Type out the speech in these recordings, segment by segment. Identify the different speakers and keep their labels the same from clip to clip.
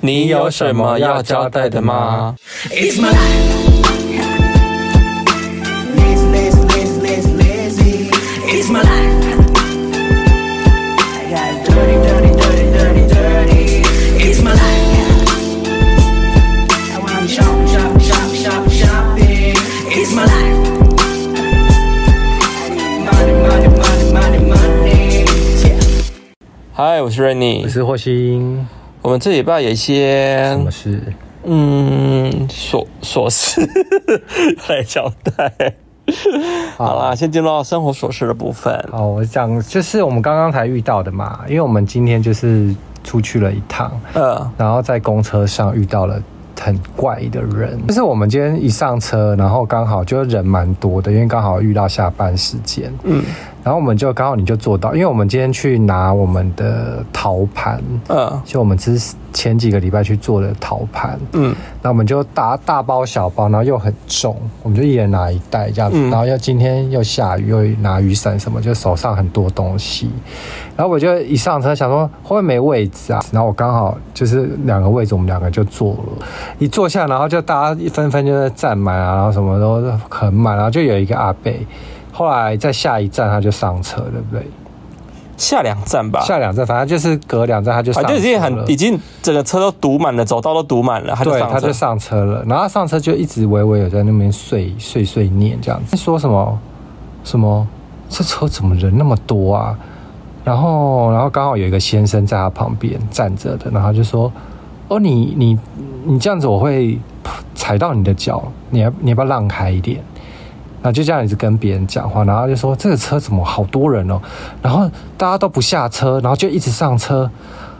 Speaker 1: 你有什么要交代的吗？
Speaker 2: It's my life. Lazy, lazy, lazy, lazy, lazy. It's my life. I got dirty, dirty, dirty, dirty, dirty. It's my life. Now I'm shopping, shopping, shopping, shopping, shopping. It's my life. I need money, money, money, money, money. Yeah.
Speaker 1: 嗨，我是 Rainy，
Speaker 3: 我是霍星，
Speaker 1: 我们这礼拜有一些
Speaker 3: 什么事？
Speaker 1: 嗯琐琐事 来交代。 好啦，先进入到生活琐事的部分。
Speaker 3: 好，我讲就是我们刚刚才遇到的嘛，因为我们今天就是出去了一趟，
Speaker 1: 呃，
Speaker 3: 然后在公车上遇到了。很怪的人，就是我们今天一上车，然后刚好就人蛮多的，因为刚好遇到下班时间，
Speaker 1: 嗯
Speaker 3: 然后我们就刚好你就坐到，因为我们今天去拿我们的陶盘，
Speaker 1: 呃
Speaker 3: 就我们之前几个礼拜去做的陶盘，
Speaker 1: 嗯
Speaker 3: 那我们就大大包小包，然后又很重，我们就一人拿一袋这样子。
Speaker 1: 嗯
Speaker 3: 然后又今天又下雨，又拿雨伞什么，就手上很多东西。然后我就一上车想说会不会没位置啊？然后我刚好就是两个位置，我们两个就坐了。一坐下，然后就大家一纷纷就是站满啊，然后什么都很满，然后就有一个阿贝。后来在下一站他就上车，对不对？
Speaker 1: 下两站吧，
Speaker 3: 下两站，反正就是隔两站他就上
Speaker 1: 反
Speaker 3: 车
Speaker 1: 正
Speaker 3: 了。
Speaker 1: 已经很，已经整个车都堵满了，走道都堵满了，他就
Speaker 3: 对，
Speaker 1: 上
Speaker 3: 他
Speaker 1: 车
Speaker 3: 就。上车了，然后他上车就一直微微有在那边碎碎碎念这样子，说什么什么这车怎么人那么多啊？然后然后刚好有一个先生在他旁边站着的，然后他就说：“哦，你你你这样子我会踩到你的脚，你要你要不要让开一点？”然后就这样一直跟别人讲话，然后他就说这个车怎么好多人哦，然后大家都不下车，然后就一直上车，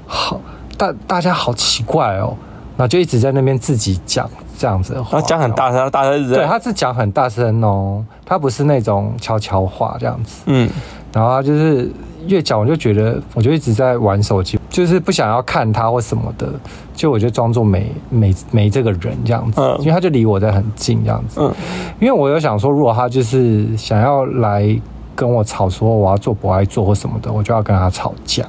Speaker 3: 好大大家好奇怪哦，然后就一直在那边自己讲这样子的话，
Speaker 1: 然后啊讲很大声，大声一直在
Speaker 3: 对，他是讲很大声哦，他不是那种悄悄话这样子。
Speaker 1: 嗯
Speaker 3: 然后他就是越讲，我就觉得我就一直在玩手机，就是不想要看他或什么的，就我就装作没没没这个人这样子
Speaker 1: 嗯，
Speaker 3: 因为他就离我在很近这样子。
Speaker 1: 嗯
Speaker 3: 因为我有想说，如果他就是想要来跟我吵说我要做不爱做或什么的，我就要跟他吵架。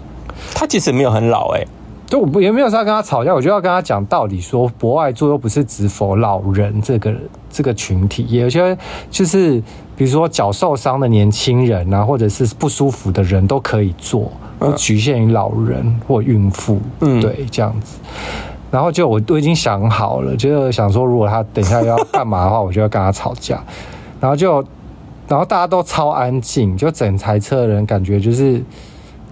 Speaker 1: 他其实没有很老哎、
Speaker 3: 就我不也没有说要跟他吵架，我就要跟他讲道理说博爱座又不是只否老人这个这个群体，也有些就是比如说脚受伤的年轻人啊，或者是不舒服的人都可以做，不局限于老人或孕妇，
Speaker 1: 嗯
Speaker 3: 对，这样子。然后就我都已经想好了，就是想说如果他等一下要干嘛的话，我就要跟他吵架。然后就，然后大家都超安静，就整台车的人感觉就是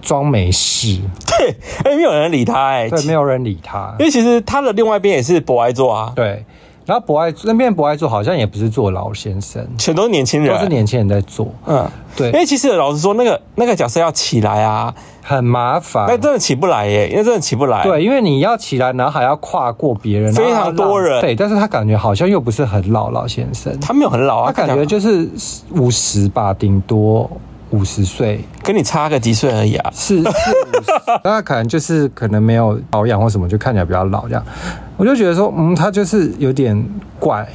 Speaker 3: 装没事，
Speaker 1: 对，哎、没有人理他哎、
Speaker 3: 对，没
Speaker 1: 有，
Speaker 3: 有人理他
Speaker 1: 因。为其实他的另外一边也是博爱座啊，
Speaker 3: 对，然后博爱那边博爱座好像也不是做老先生，
Speaker 1: 全都是年轻人，
Speaker 3: 都是年轻人在做，
Speaker 1: 嗯，因
Speaker 3: 对，
Speaker 1: 为其实老实说，那个那个角色要起来啊，
Speaker 3: 很麻烦
Speaker 1: 那。真的起不来耶、那真的起不来。，
Speaker 3: 啊对，因为你要起来，然后还要跨过别人，
Speaker 1: 非
Speaker 3: 然后
Speaker 1: 常
Speaker 3: 要
Speaker 1: 多
Speaker 3: 让
Speaker 1: 人
Speaker 3: 对，但是他感觉好像又不是很老老先生，
Speaker 1: 他没有很老啊，
Speaker 3: 他感觉就是五十吧，顶多五十岁，
Speaker 1: 跟你差个几岁而已啊。
Speaker 3: 是是五十，他可能就是可能没有保养或什么，就看起来比较老这样。我就觉得说，嗯，他就是有点怪，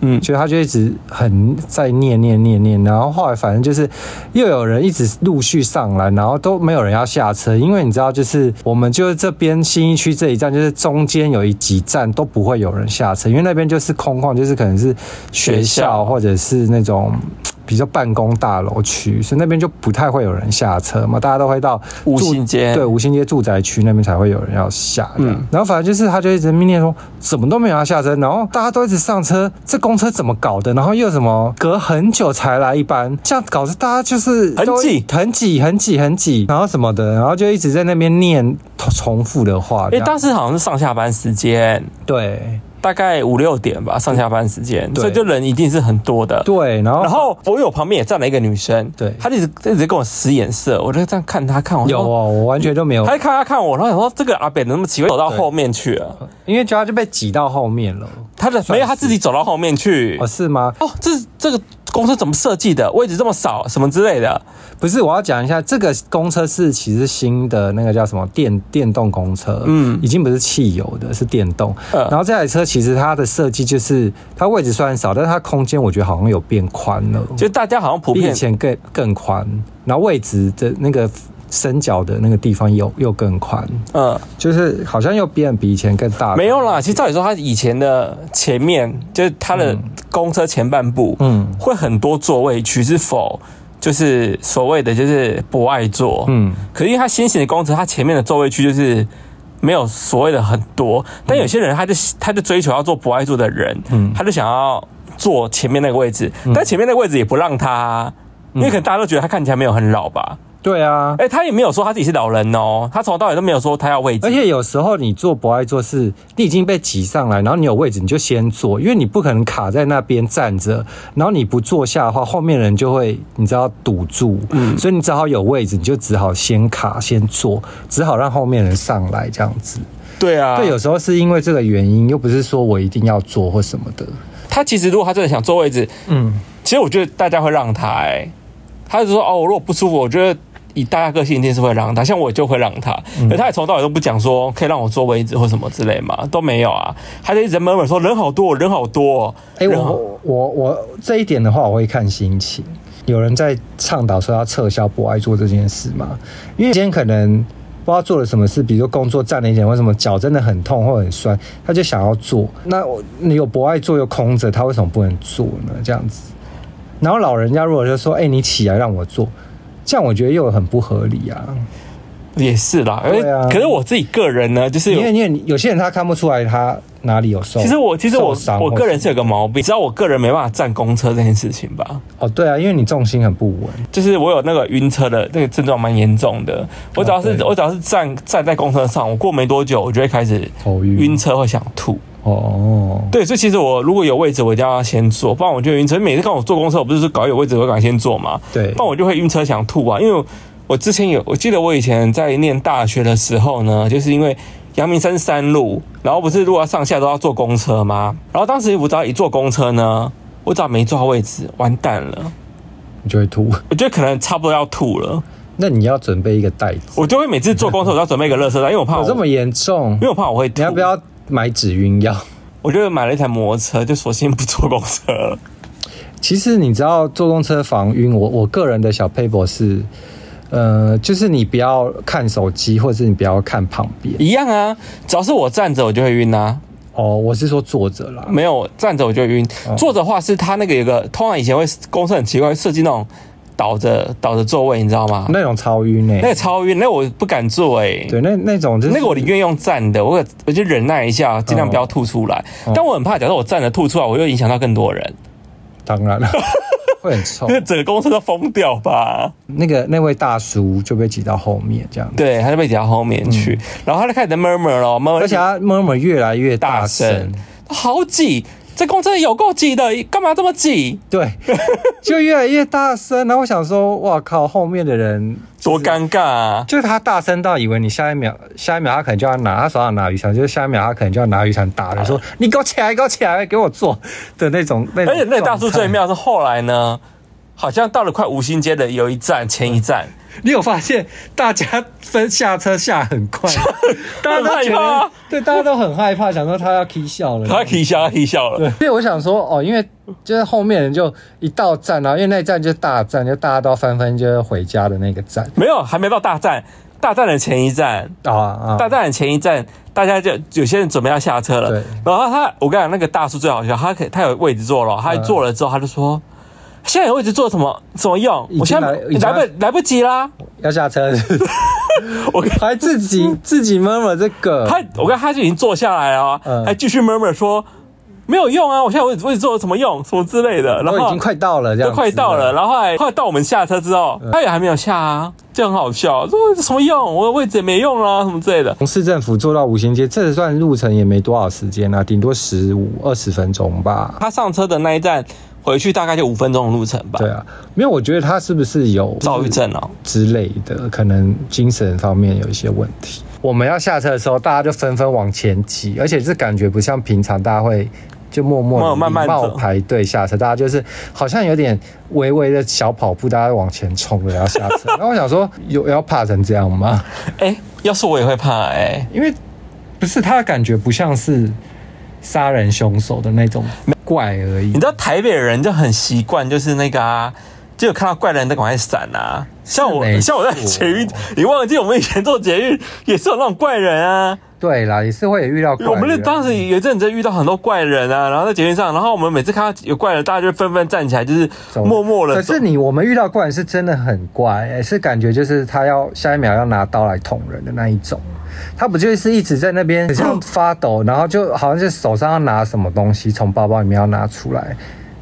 Speaker 1: 嗯，
Speaker 3: 所以他就一直很在念念念念，然后后来反正就是又有人一直陆续上来，然后都没有人要下车，因为你知道，就是我们就是这边新一区这一站，就是中间有一几站都不会有人下车，因为那边就是空旷，就是可能是学
Speaker 1: 学校
Speaker 3: 校或者是那种。比较办公大楼区，所以那边就不太会有人下车嘛，大家都会到
Speaker 1: 五
Speaker 3: 住
Speaker 1: 星街
Speaker 3: 对五星街住宅区那边才会有人要下。
Speaker 1: 嗯
Speaker 3: 嗯，然后反正就是他就一直命令说，怎么都没有要下车，然后大家都一直上车，这公车怎么搞的？然后又什么隔很久才来一班，这样搞得大家就是
Speaker 1: 很
Speaker 3: 都
Speaker 1: 挤
Speaker 3: 很挤、很挤、很挤，然后什么的，然后就一直在那边念重重复的话。
Speaker 1: 因为
Speaker 3: 这样
Speaker 1: 当时好像是上下班时间，
Speaker 3: 对
Speaker 1: 大概五六点吧，上下班时间，
Speaker 3: 对
Speaker 1: 所以就人一定是很多的。
Speaker 3: 对，然后
Speaker 1: 然后我有旁边也站了一个女生，
Speaker 3: 对
Speaker 1: 她就一直一直跟我使眼色，我就这样看她看我，
Speaker 3: 有哦，我完全都没有
Speaker 1: 她，就看她看我，然后想说这个阿北怎么那么奇怪，走到后面去了，
Speaker 3: 因为就他就被挤到后面了。
Speaker 1: 她的没有，她自己走到后面去
Speaker 3: 哦，。是吗？
Speaker 1: 哦，这这个公司怎么设计的？位置这么少，什么之类的。
Speaker 3: 不是，我要讲一下，这个公车是其实新的那个叫什么电电动公车，
Speaker 1: 嗯
Speaker 3: 嗯，已经不是汽油的，是电动。
Speaker 1: 嗯
Speaker 3: 然后这台车其实它的设计就是它位置虽然少，但是它空间我觉得好像有变宽了，
Speaker 1: 就大家好像普
Speaker 3: 比以
Speaker 1: 遍
Speaker 3: 前更更宽，然后位置的那个伸脚的那个地方又又更宽，
Speaker 1: 嗯，
Speaker 3: 就是好像又变比以前更大。
Speaker 1: 没有啦。其实照理说，它以前的前面就是它的公车前半部，
Speaker 3: 嗯
Speaker 1: 会很多座位区是否就是所谓的就是不爱坐，
Speaker 3: 嗯
Speaker 1: 可是因为它新型的公车，它前面的座位区就是没有所谓的很多，但有些人他就他就追求要做不爱坐的人，
Speaker 3: 嗯
Speaker 1: 他就想要坐前面那个位置，但前面那个位置也不让他啊，
Speaker 3: 嗯
Speaker 1: 因为可能大家都觉得他看起来没有很老吧，
Speaker 3: 对啊，
Speaker 1: 哎、他也没有说他自己是老人哦，他从头到尾都没有说他要位置，
Speaker 3: 而且有时候你坐不爱坐是，你已经被挤上来，然后你有位置你就先坐，因为你不可能卡在那边站着，然后你不坐下的话，后面人就会你知道堵住，所以你只好有位置，你就只好先卡先坐，只好让后面人上来这样子。
Speaker 1: 对啊，
Speaker 3: 对，有时候是因为这个原因，又不是说我一定要坐或什么的。
Speaker 1: 他其实如果他真的想坐位置，
Speaker 3: 嗯，
Speaker 1: 其实我觉得大家会让他、欸，他就说哦，我如果不舒服，我觉得以大家个性一定是会让他，像我就会让他，
Speaker 3: 嗯
Speaker 1: 可他也从头到尾都不讲说可以让我坐位置或什么之类嘛，都没有啊，他就一直闷闷说人好多，人好多，
Speaker 3: 哎、
Speaker 1: 人好
Speaker 3: 我我我这一点的话，我会看心情。有人在倡导说要撤销不爱做这件事嘛？因为今天可能不知道做了什么事，比如说工作站了一点，或什么脚真的很痛或很酸，他就想要做。那我你有不爱做又空着，他为什么不能做呢？这样子。然后老人家如果就说：“哎、你起来让我做。”这样我觉得又很不合理啊。
Speaker 1: 也是啦，而
Speaker 3: 对啊
Speaker 1: 可是我自己个人呢，就是有
Speaker 3: 因为因为有些人他看不出来他哪里有受。
Speaker 1: 哦其实我其实我
Speaker 3: 受伤
Speaker 1: 我
Speaker 3: 或
Speaker 1: 个人
Speaker 3: 什
Speaker 1: 是
Speaker 3: 么
Speaker 1: 有个毛病，你知道我个人没办法站公车这件事情吧？
Speaker 3: 哦，对啊，因为你重心很不稳。
Speaker 1: 就是我有那个晕车的那个症状蛮严重的，我只要是、
Speaker 3: 啊对
Speaker 1: 我只要是站站在公车上，我过没多久我就会开始
Speaker 3: 头晕
Speaker 1: 晕车会想吐。
Speaker 3: 哦，
Speaker 1: 对，所以其实我如果有位置，我一定要先坐，不然我就会晕车。每次看我坐公车，我不是说搞有位置我就赶快先坐嘛，
Speaker 3: 对
Speaker 1: 不然我就会晕车想吐啊。因为我之前有，我记得我以前在念大学的时候呢，就是因为阳明山山路，然后不是如果要上下都要坐公车吗？然后当时我只要一坐公车呢，我只要没坐到位置，完蛋了，
Speaker 3: 你就会吐。
Speaker 1: 我觉得可能差不多要吐了。
Speaker 3: 那你要准备一个袋子，
Speaker 1: 我就会每次坐公车，我都要准备一个垃圾袋，因为我怕我，
Speaker 3: 有这么
Speaker 1: 因
Speaker 3: 严重
Speaker 1: 为？我怕我会吐。
Speaker 3: 你要不？要买止晕药？
Speaker 1: 我就买了一台摩托车，就索性不坐公车了。
Speaker 3: 其实你知道坐公车防晕，我我个人的小 paper 是，呃，就是你不要看手机，或者是你不要看旁边。
Speaker 1: 一样啊，只要是我站着，我就会晕啊。
Speaker 3: 哦，我是说坐着啦。
Speaker 1: 没有站着我就会晕，
Speaker 3: 嗯
Speaker 1: 坐着的话是它那个有个，通常以前会公司很奇怪会设计那种倒着倒着座位，你知道吗？
Speaker 3: 那种超晕诶、
Speaker 1: 那个超晕，那个我不敢坐哎、
Speaker 3: 对，那那种就是
Speaker 1: 那个我宁愿用站的，我我就忍耐一下，
Speaker 3: 嗯
Speaker 1: 尽量不要吐出来。但我很怕，假如我站着吐出来，我又影响到更多人，
Speaker 3: 当然了， 会很臭
Speaker 1: 因。为 整个公司都疯掉吧？
Speaker 3: 那个那位大叔就被挤到后面这样子，
Speaker 1: 对，他就被挤到后面去，然后他就开始在 murmur 了，murmur，
Speaker 3: 而且他 murmur 越来越
Speaker 1: 大
Speaker 3: 大声
Speaker 1: 声。，好挤，这公车有够挤的，干嘛这么挤？
Speaker 3: 对，就越来越大声。然后我想说，哇靠，后面的人
Speaker 1: 多尴尬啊！
Speaker 3: 就是他大声到以为你下一秒，下一秒他可能就要拿他手上拿雨伞，就是下一秒他可能就要拿雨伞打
Speaker 1: 啊
Speaker 3: 人，说你给我起来，给我起来，给我坐的那种那种。
Speaker 1: 而且哎那个大叔最
Speaker 3: 妙，
Speaker 1: 妙是后来呢，好像到了快五星街的有一站前一站，
Speaker 3: 你有发现大家分下车下很 快，大家都觉
Speaker 1: 很害怕
Speaker 3: 得对，大家都很害怕，想说他要 k 笑了。
Speaker 1: 他可以笑，他可以笑了。
Speaker 3: 所以我想说，哦，因为就是后面人就一到站，然后因为那一站就是大站，就大家都要翻翻就是回家的那个站
Speaker 1: 没有，还没到大站，大站的前一站，
Speaker 3: 啊啊，
Speaker 1: 大站的前一站，大家就有些人准备要下车了
Speaker 3: 对。
Speaker 1: 然后他，我跟你讲，那个大叔最好笑，他可以他有位置坐了，他坐了之后他就说。现在有位置坐什么什么用？
Speaker 3: 已经
Speaker 1: 我现在
Speaker 3: 来已经
Speaker 1: 来不来不及啦！
Speaker 3: 要下车了，
Speaker 1: 我跟
Speaker 3: 还自己自己闷了这个，
Speaker 1: 他，我看他就已经坐下来了啊，
Speaker 3: 嗯
Speaker 1: 还继续 murmur 说没有用啊，我现在位置位置坐有什么用，什么之类的。然
Speaker 3: 都已
Speaker 1: 后
Speaker 3: 经快到了，这嗯样
Speaker 1: 都
Speaker 3: 子
Speaker 1: 快到了，。然后后来后来到我们下车之后，他也还没有下啊，就很好笑，说有什么用，我的位置也没用啊，什么之类的。
Speaker 3: 从市政府坐到五星街，这段路程也没多少时间啊，顶多十五二十分钟吧。
Speaker 1: 他上车的那一站回去大概就五分钟的路程吧。
Speaker 3: 对，啊，没有，我觉得他是不是有
Speaker 1: 躁郁症哦，
Speaker 3: 之类的，可能精神方面有一些问题。我们要下车的时候，大家就纷纷往前挤，而且这感觉不像平常大家会就默默地
Speaker 1: 慢慢
Speaker 3: 礼貌
Speaker 1: 走
Speaker 3: 排队下车，大家就是好像有点微微的小跑步，大家往前冲了要下车。 然后我想说，有要怕成这样吗？
Speaker 1: 哎，要是我也会怕哎，
Speaker 3: 因为不是他的感觉不像是杀人凶手的那种怪而已
Speaker 1: 你知。道台北人就很习惯，就是那个啊。就有看到怪人在赶快闪啊。像
Speaker 3: 是
Speaker 1: 我
Speaker 3: 没
Speaker 1: 像我在
Speaker 3: 错
Speaker 1: 捷运，你忘记我们以前做捷运也是有那种怪人啊。
Speaker 3: 对啦，也是会有遇到怪啊
Speaker 1: 我们那
Speaker 3: 人
Speaker 1: 当时有一阵子遇到很多怪人啊，然后在捷运上，然后我们每次看到有怪人，大家就纷纷站起来，就是
Speaker 3: 走
Speaker 1: 默默的
Speaker 3: 可
Speaker 1: 走
Speaker 3: 是。你我们遇到怪人是真的很怪、欸，是感觉就是他要下一秒要拿刀来捅人的那一种。他不就是一直在 那边很像发抖，然后就好像是手上要拿什么东西从包包里面要拿出来。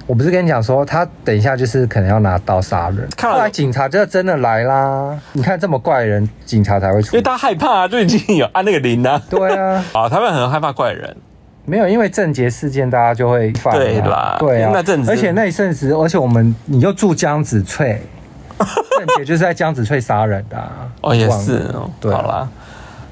Speaker 3: 我不是跟你讲说他等一下就是可能要拿刀杀人，
Speaker 1: 看了
Speaker 3: 后来警察就真的来啦。你看这么怪的人，警察才会出
Speaker 1: 因为。大家害怕啊，就已经有按那个铃啊。
Speaker 3: 对啊，
Speaker 1: 啊，他们很害怕怪人，
Speaker 3: 没有，因为正节事件大家就会犯、啊，
Speaker 1: 对啦
Speaker 3: 对啊，
Speaker 1: 那阵子
Speaker 3: 而且那一阵子，而且我们你又住江 子翠，正节就是在江子翠杀人的、啊，
Speaker 1: 哦，也
Speaker 3: 忘了
Speaker 1: 是哦，
Speaker 3: 对啊
Speaker 1: 好啦。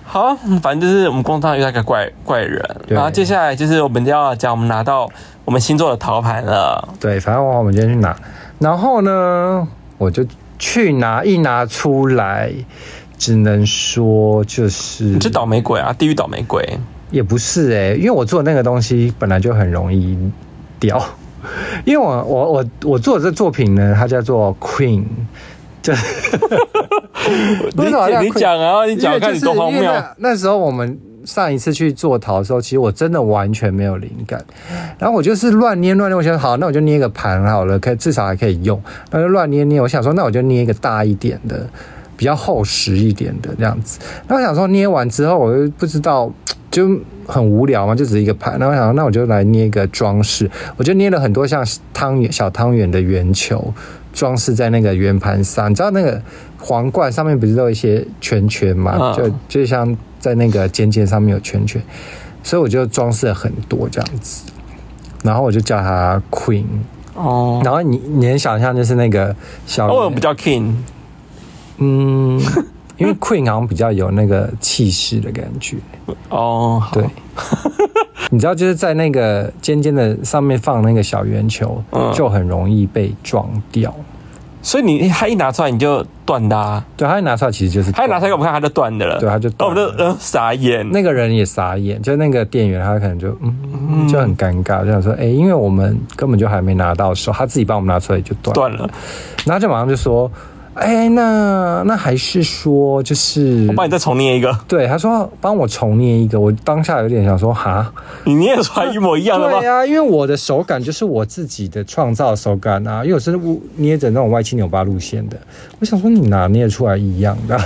Speaker 1: 好，反正就是我们工厂遇到一个怪怪人，
Speaker 3: 对
Speaker 1: 然后接下来就是我们要讲我们拿到我们星座的陶盘了，
Speaker 3: 对，反正我们今天去拿，然后呢，我就去拿，一拿出来，只能说就是
Speaker 1: 你是倒霉鬼啊，地狱倒霉鬼，
Speaker 3: 也不是哎、因为我做那个东西本来就很容易掉，因为我我我我做的这作品呢，它叫做 Queen，就是
Speaker 1: 你
Speaker 3: 为什么要
Speaker 1: 你你
Speaker 3: Queen？
Speaker 1: 讲啊，你讲，
Speaker 3: 因为
Speaker 1: 看
Speaker 3: 就
Speaker 1: 你
Speaker 3: 是
Speaker 1: 多荒
Speaker 3: 因为
Speaker 1: 谬。
Speaker 3: 那那时候我们上一次去做陶的时候，其实我真的完全没有灵感，然后我就是乱捏乱捏，我想好，那我就捏个盘好了，可以至少还可以用，那就乱捏捏，我想说，那我就捏一个大一点的，比较厚实一点的这样子。那我想说，捏完之后，我又不知道。就很无聊嘛，就只是一个盘。然后我想说，那我就来捏一个装饰，我就捏了很多像汤圆、小汤圆的圆球，装饰在那个圆盘上。你知道那个皇冠上面不是都有一些圈圈嘛？
Speaker 1: 嗯
Speaker 3: 就就像在那个尖尖上面有圈圈，所以我就装饰了很多这样子。然后我就叫它 Queen。
Speaker 1: 哦，
Speaker 3: 然后你你能想象就是那个小
Speaker 1: 那我比较 king，
Speaker 3: 嗯，因为 Queen 好像比较有那个气势的感觉。
Speaker 1: 哦，好
Speaker 3: 对，，你知道就是在那个尖尖的上面放那个小圆球，
Speaker 1: 嗯
Speaker 3: 就很容易被撞掉。
Speaker 1: 所以你他一拿出来你就断的啊，
Speaker 3: 对，他一拿出来其实就是
Speaker 1: 他一拿出来给我们看他就断的了，
Speaker 3: 对他就
Speaker 1: 然后我们就
Speaker 3: 断
Speaker 1: 呃傻眼，
Speaker 3: 那个人也傻眼，就那个店员他可能就嗯就很尴尬，就想说，哎、因为我们根本就还没拿到手，他自己帮我们拿出来就断，
Speaker 1: 断了，
Speaker 3: 然后就马上就说，哎、那那还是说就是
Speaker 1: 我帮你再重捏一个，
Speaker 3: 对，啊他说帮我重捏一个，我当下有点想说哈，
Speaker 1: 你捏出来一模一样的吗
Speaker 3: 对？啊呀、因为我的手感就是我自己的创造手感啊，因为我是捏着那种歪七扭八路线的，我想说你哪捏得出来一样的 啊？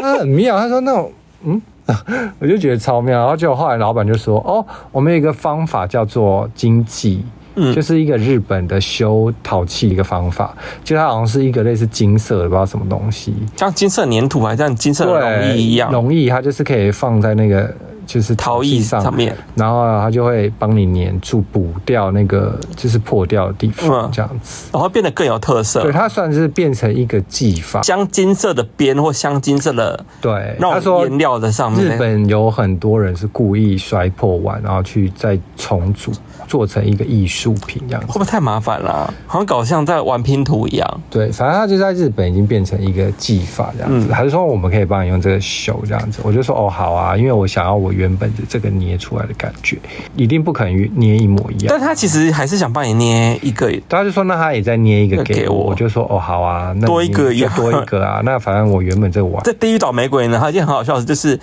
Speaker 3: 他很妙，他说那种嗯， 我就觉得超妙。然后结果后来老板就说哦，我们有一个方法叫做经济。
Speaker 1: 嗯
Speaker 3: 就是一个日本的修陶器的一个方法，就它好像是一个类似金色的，不知道什么东西，
Speaker 1: 像金色粘土还像金色的
Speaker 3: 对，
Speaker 1: 容易一样，
Speaker 3: 容易它就是可以放在那个就是
Speaker 1: 陶
Speaker 3: 器
Speaker 1: 艺
Speaker 3: 上
Speaker 1: 上面，
Speaker 3: 然后它就会帮你粘住，补掉那个就是破掉的地方，
Speaker 1: 嗯
Speaker 3: 这样子。
Speaker 1: 然后变得更有特色
Speaker 3: 对，。它算是变成一个技法。
Speaker 1: 镶金色的边或镶金色的
Speaker 3: 对，他
Speaker 1: 那种
Speaker 3: 说
Speaker 1: 颜料的上面，
Speaker 3: 日本有很多人是故意摔破碗，然后去再重组，做成一个艺术品这样
Speaker 1: 会
Speaker 3: 子。
Speaker 1: 不会太麻烦啦、好像搞像在玩拼图一样。
Speaker 3: 对，反正它就在日本已经变成一个技法这样子。
Speaker 1: 嗯
Speaker 3: 还是说我们可以帮你用这个手这样子？我就说哦，好啊，因为我想要我原本的这个捏出来的感觉，一定不可能捏一模一样。
Speaker 1: 但他其实还是想帮你捏一个，
Speaker 3: 他就说那他也再捏一个给
Speaker 1: 给
Speaker 3: 我，
Speaker 1: 我
Speaker 3: 我就说哦好啊，那
Speaker 1: 多一个
Speaker 3: 你就
Speaker 1: 呀
Speaker 3: 多一个啊，那反正我原本这碗
Speaker 1: 在地狱倒霉鬼呢，还有一件很好笑的事，就是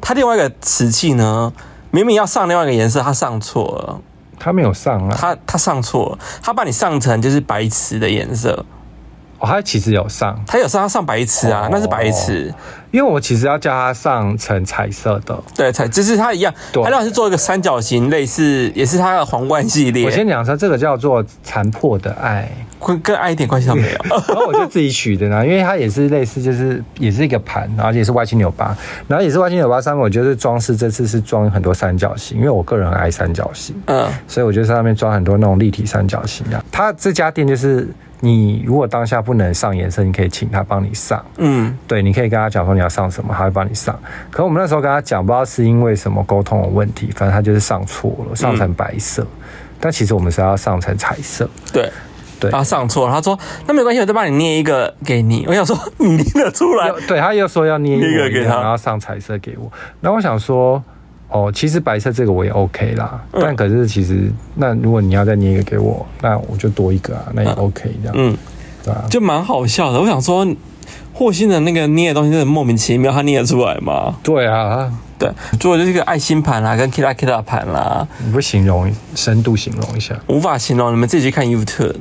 Speaker 1: 他另外一个瓷器呢，明明要上另外一个颜色，他上错了，
Speaker 3: 他没有上啊，
Speaker 1: 他他上错了，他把你上成就是白瓷的颜色，
Speaker 3: 哦他其实有上，
Speaker 1: 他有时候上白瓷啊
Speaker 3: 哦，
Speaker 1: 那是白瓷，
Speaker 3: 因为我其实要叫他上成彩色的。
Speaker 1: 对，才就是他一样，
Speaker 3: 对啊
Speaker 1: 他当然是做一个三角形，类似也是他的皇冠系
Speaker 3: 我
Speaker 1: 列，
Speaker 3: 先讲一下，这个叫做残破的爱，
Speaker 1: 跟跟爱一点关系都没 有。
Speaker 3: 然后我就自己取的呢，因为它也是类似，就是也是一个盘，然后也是歪七扭八，然后也是歪七扭八上面，我就是装饰这次是装很多三角形，因为我个人很爱三角形，
Speaker 1: 嗯，
Speaker 3: 所以我就在那边装很多那种立体三角形啊。他这家店就是，你如果当下不能上颜色，你可以请他帮你上。
Speaker 1: 嗯，
Speaker 3: 对，你可以跟他讲说你要上什么，他会帮你上。可我们那时候跟他讲，不知道是因为什么沟通有问题，反正他就是上错了，上成白色。但其实我们是要上成彩色，
Speaker 1: 对。
Speaker 3: 对
Speaker 1: 然后上错了，他说那没关系，我再帮你捏一个给你。我想说你捏得出来
Speaker 3: 要，对，他又说要捏一
Speaker 1: 捏一
Speaker 3: 模
Speaker 1: 个
Speaker 3: 一
Speaker 1: 给
Speaker 3: 样
Speaker 1: 他
Speaker 3: 然后上彩色给我。那我想说，哦，其实白色这个我也 OK 啦，
Speaker 1: 嗯
Speaker 3: 但可是其实那如果你要再捏一个给我，那我就多一个啊，那也 OK 这样。
Speaker 1: 嗯，
Speaker 3: 对啊，
Speaker 1: 就蛮好笑的。我想说，霍心的那个捏的东西真的莫名其妙，他捏得出来吗？
Speaker 3: 对啊，
Speaker 1: 对，除了就是一个爱心盘啦、跟 Kira Kira 盘啦、
Speaker 3: 你不形容深度形容一下，
Speaker 1: 无法形容。你们自己去看 YouTube。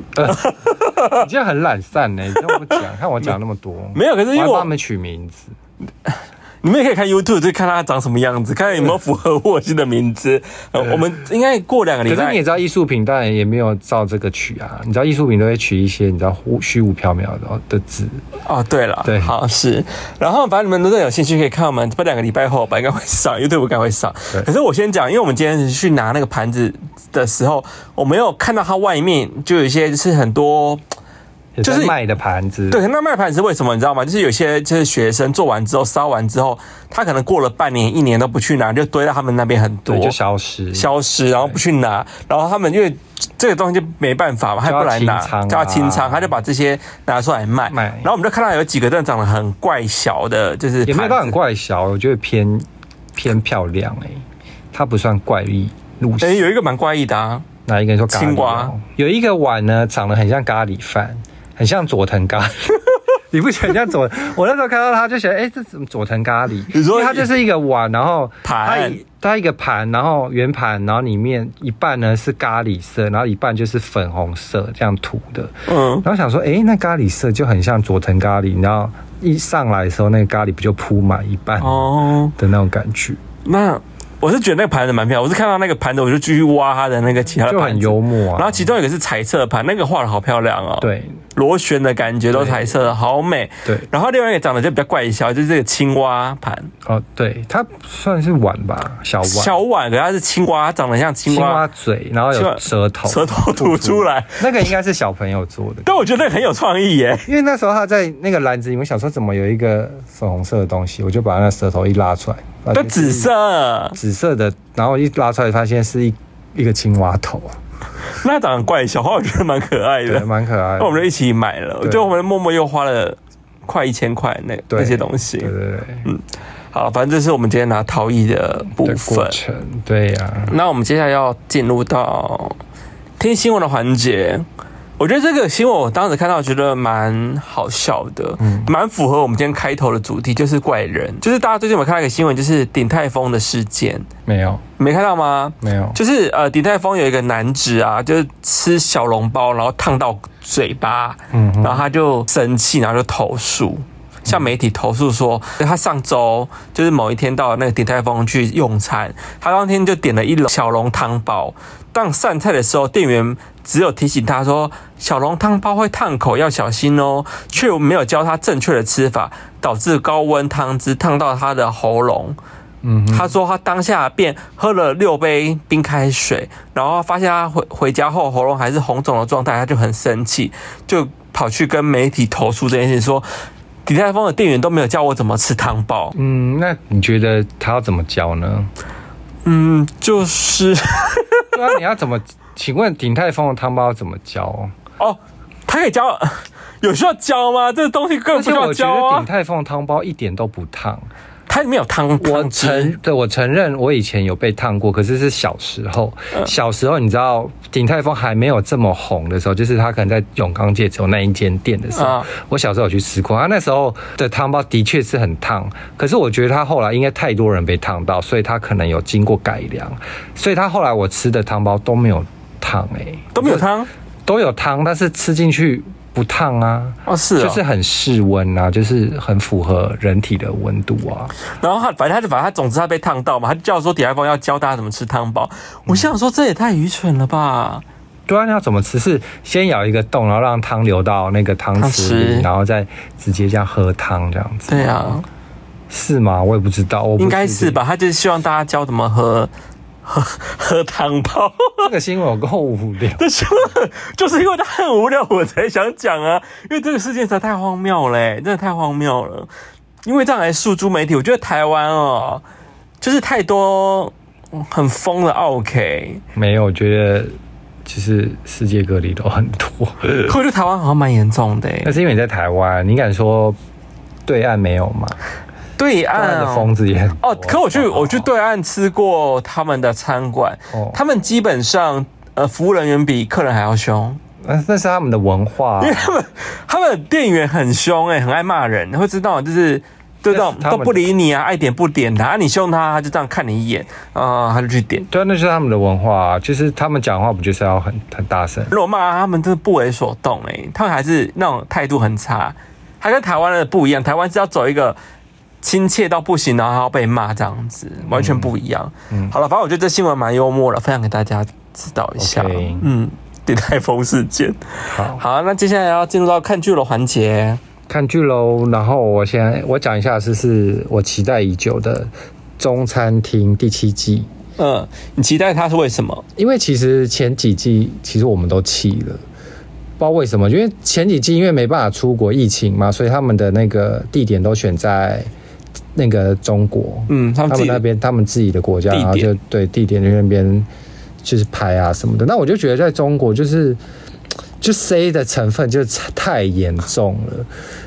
Speaker 3: 你这样很懒散呢、你这样不讲，看我讲那么多，
Speaker 1: 没有可是因为
Speaker 3: 我还
Speaker 1: 我
Speaker 3: 帮他们取名字，
Speaker 1: 你们也可以看 YouTube，就看他长什么样子，看有没有符合霍心的名字。呃，我们应该过两个礼
Speaker 3: 可是你也
Speaker 1: 拜，
Speaker 3: 知道，艺术品当然也没有照这个取啊。你知道，艺术品都会取一些你知道忽虚无缥缈的的字。
Speaker 1: 哦，对了，
Speaker 3: 对
Speaker 1: 好是。然后反正你们如果有兴趣，可以看我们这两个礼拜后吧，应该会上 YouTube，应该会上
Speaker 3: 对。
Speaker 1: 可是我先讲，因为我们今天去拿那个盘子的时候，我没有看到它外面就有一些是很多。
Speaker 3: 就
Speaker 1: 就是
Speaker 3: 是卖的盘子，
Speaker 1: 对，那卖盘是为什么？你知道吗？就是有些就是学生做完之后烧完之后，他可能过了半年、一年都不去拿，就堆到他们那边很多
Speaker 3: 对，，就消失。
Speaker 1: 消失，然后不去拿，然后他们因为这个东西就没办法嘛，他也不来拿
Speaker 3: 就
Speaker 1: 叫他
Speaker 3: 要清仓，啊
Speaker 1: 清仓，他就把这些拿出来卖。
Speaker 3: 卖
Speaker 1: 然后我们就看到有几个真的长得很怪小的，就是
Speaker 3: 也没有
Speaker 1: 盘
Speaker 3: 到
Speaker 1: 子
Speaker 3: 很怪小，我觉得偏偏漂亮哎、它不算怪异路
Speaker 1: 哎，
Speaker 3: 线。
Speaker 1: 有一个蛮怪异的啊，
Speaker 3: 哪一个人说咖喱、
Speaker 1: 青
Speaker 3: 哦
Speaker 1: 蛙？
Speaker 3: 有一个碗呢，长得很像咖喱饭，很像佐藤咖喱。 你不觉得很像佐？我那时候看到它就觉得，哎、这怎么佐藤咖喱？
Speaker 1: 你说
Speaker 3: 因为它就是一个碗，然后
Speaker 1: 盘
Speaker 3: 它一它一个盘，然后圆盘，然后里面一半呢是咖喱色，然后一半就是粉红色这样涂的。
Speaker 1: 嗯，
Speaker 3: 然后想说，哎、那咖喱色就很像佐藤咖喱，然后一上来的时候，那个咖喱不就铺满一半
Speaker 1: 哦，
Speaker 3: 的那种感觉，
Speaker 1: 那我是觉得那个盘子蛮漂亮，我是看到那个盘子我就继续挖它的那个其他的
Speaker 3: 就
Speaker 1: 盘
Speaker 3: 很
Speaker 1: 子。
Speaker 3: 幽默
Speaker 1: 然
Speaker 3: 啊
Speaker 1: 后。其中有一个是彩色盘，那个画的好漂亮哦，，
Speaker 3: 对
Speaker 1: 螺旋的感觉都彩色的，好美。
Speaker 3: 对，
Speaker 1: 然后另外一个长得就比较怪小，就是这个青蛙盘，
Speaker 3: 哦，对，它算是碗吧，小碗，
Speaker 1: 小碗，可是它是青蛙，它长得很像青
Speaker 3: 青
Speaker 1: 蛙
Speaker 3: 蛙嘴，然后
Speaker 1: 青蛙
Speaker 3: 有舌头，
Speaker 1: 舌头吐出来。
Speaker 3: 那个应该是小朋友做的，
Speaker 1: 但我觉得那个很有创意 耶。
Speaker 3: 因为那时候他在那个篮子里面，想说怎么有一个粉红色的东西，我就把那舌头一拉出来，发
Speaker 1: 那
Speaker 3: 现
Speaker 1: 紫
Speaker 3: 是
Speaker 1: 色，
Speaker 3: 紫色的，然后一拉出来发现是一一个青蛙 头，
Speaker 1: 那长得怪小花，我觉得蛮可爱
Speaker 3: 对，
Speaker 1: 的。
Speaker 3: 蛮可爱的。
Speaker 1: 那我们就一起买了，
Speaker 3: 对
Speaker 1: 就我们默默又花了快一千块那
Speaker 3: 对
Speaker 1: 那些东西
Speaker 3: 对。对对。
Speaker 1: 好，反正这是我们今天拿陶艺的部
Speaker 3: 的过
Speaker 1: 分。
Speaker 3: 程，对呀、
Speaker 1: 那我们接下来要进入到听新闻的环节。我觉得这个新闻我当时看到，觉得蛮好笑的，
Speaker 3: 嗯
Speaker 1: 蛮、符合我们今天开头的主题，就是怪人。就是大家最近有没有看到一个新闻，就是鼎泰丰的事件，
Speaker 3: 没有
Speaker 1: 你没看到吗？
Speaker 3: 没有，
Speaker 1: 就是呃，鼎泰丰有一个男子啊，就是吃小笼包，然后烫到嘴巴，
Speaker 3: 嗯
Speaker 1: 然后他就生气，然后就投诉。向媒体投诉说，他上周就是某一天到那个鼎泰丰去用餐，他当天就点了一笼小笼汤包。当上菜的时候，店员只有提醒他说小笼汤包会烫口，要小心哦，却没有教他正确的吃法，导致高温汤汁烫到他的喉咙。
Speaker 3: 嗯哼，
Speaker 1: 他说他当下便喝了六杯冰开水，然后发现他回回家后喉咙还是红肿的状态，他就很生气，就跑去跟媒体投诉这件事情，说鼎泰丰的店员都没有教我怎么吃汤包。
Speaker 3: 嗯，那你觉得他要怎么教呢？
Speaker 1: 嗯，就是
Speaker 3: 对啊，你要怎么？请问鼎泰丰的汤包要怎么教？
Speaker 1: 哦，他可以教，有需要教吗？这东西根
Speaker 3: 而
Speaker 1: 本不
Speaker 3: 且
Speaker 1: 需要
Speaker 3: 我觉
Speaker 1: 教
Speaker 3: 得鼎
Speaker 1: 啊，
Speaker 3: 泰丰的汤包一点都不烫。
Speaker 1: 它里面有汤
Speaker 3: 我
Speaker 1: 汤汁
Speaker 3: 承，对我承认我以前有被烫过，可是是小时候。
Speaker 1: 嗯
Speaker 3: 小时候你知道鼎泰丰还没有这么红的时候，就是他可能在永康街只有那一间店的时候
Speaker 1: 啊，
Speaker 3: 我小时候有去吃过。他啊那时候的汤包的确是很烫，可是我觉得他后来应该太多人被烫到，所以他可能有经过改良，所以他后来我吃的汤包都没有烫哎、欸
Speaker 1: 都没有，汤
Speaker 3: 都有汤，但是吃进去不烫啊。
Speaker 1: 哦，是哦
Speaker 3: 就是很室温啊，就是很符合人体的温度啊。
Speaker 1: 然后他反正他就反正他总之他被烫到嘛，他就叫说鼎泰丰要教大家怎么吃汤包。我想说这也太愚蠢了吧。
Speaker 3: 对啊，你要怎么吃？是先舀一个洞，然后让汤流到那个汤
Speaker 1: 汤
Speaker 3: 匙里，
Speaker 1: 匙
Speaker 3: 然后再直接这样喝汤这样子，
Speaker 1: 对啊，
Speaker 3: 是吗？我也不知道，我不
Speaker 1: 应该是
Speaker 3: 确定？
Speaker 1: 吧？他就是希望大家教怎么喝喝喝汤包，
Speaker 3: 这个新闻有够无聊。
Speaker 1: 但是就是因为他很无聊，我才想讲啊，因为这个事件实在太荒谬嘞、真的太荒谬了。因为这样来诉诸媒体，我觉得台湾哦，就是太多嗯很疯的 OK，
Speaker 3: 没有，我觉得就是世界各地都很 多，
Speaker 1: 可我觉得台湾好像蛮严重的、欸。
Speaker 3: 那是因为你在台湾，你敢说对岸没有吗？
Speaker 1: 对
Speaker 3: 对岸
Speaker 1: 岸
Speaker 3: 的
Speaker 1: 哦
Speaker 3: 疯子也很多
Speaker 1: 哦，可我去我去对岸吃过他们的餐馆，
Speaker 3: 哦
Speaker 1: 他们基本上呃服务人员比客人还要凶。
Speaker 3: 那那是他们的 文化、啊，
Speaker 1: 他们他们店员很凶哎、很爱骂人，会知道就是就这种
Speaker 3: 那是他
Speaker 1: 都
Speaker 3: 们
Speaker 1: 不理你啊，爱点不点他，啊你凶他，他就这样看你一眼啊、他就去点。
Speaker 3: 对啊，那就是他们的文化、啊，就是他们讲话不就是要很很大声？
Speaker 1: 如果骂他们，真的不为所动哎、他们还是那种态度很差，他跟台湾的不一样，台湾是要走一个亲切到不行，然后还要被骂这样子，完全不一样。
Speaker 3: 嗯
Speaker 1: 好了，反正我觉得这新闻蛮幽默的，分享给大家知道一下。
Speaker 3: OK
Speaker 1: 嗯，地带风事件。
Speaker 3: 好，
Speaker 1: 好，那接下来要进入到看剧的环节。
Speaker 3: 看剧喽。然后我先我讲一下，是是我期待已久的《中餐厅》第七季，
Speaker 1: 嗯，你期待它是为什么？
Speaker 3: 因为其实前几季其实我们都弃了。不知道为什么，因为前几季因为没办法出国，疫情嘛，所以他们的那个地点都选在那个中国，
Speaker 1: 嗯，他们
Speaker 3: 他
Speaker 1: 自
Speaker 3: 们
Speaker 1: 己
Speaker 3: 那边他们自己的国家，
Speaker 1: 地点
Speaker 3: 然后就对地点就那边就是拍啊什么的。那我就觉得在中国就是就 C 的成分就太严重了，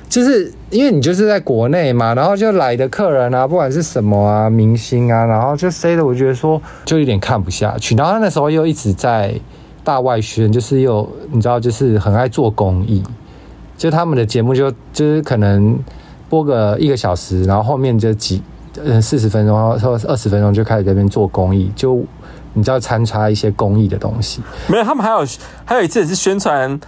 Speaker 3: 就是因为你就是在国内嘛，然后就来的客人啊，不管是什么啊，明星啊，然后就 C 的，我觉得说就有点看不下去。然后他那时候又一直在大外宣，就是又你知道，就是很爱做公益。就他们的节目就就是可能播个一个小时，然后后面就几呃四十分钟，然后二十分钟就开始在那边做公益，就你知道掺插一些公益的东西。
Speaker 1: 没有，他们还有还有一次也是宣传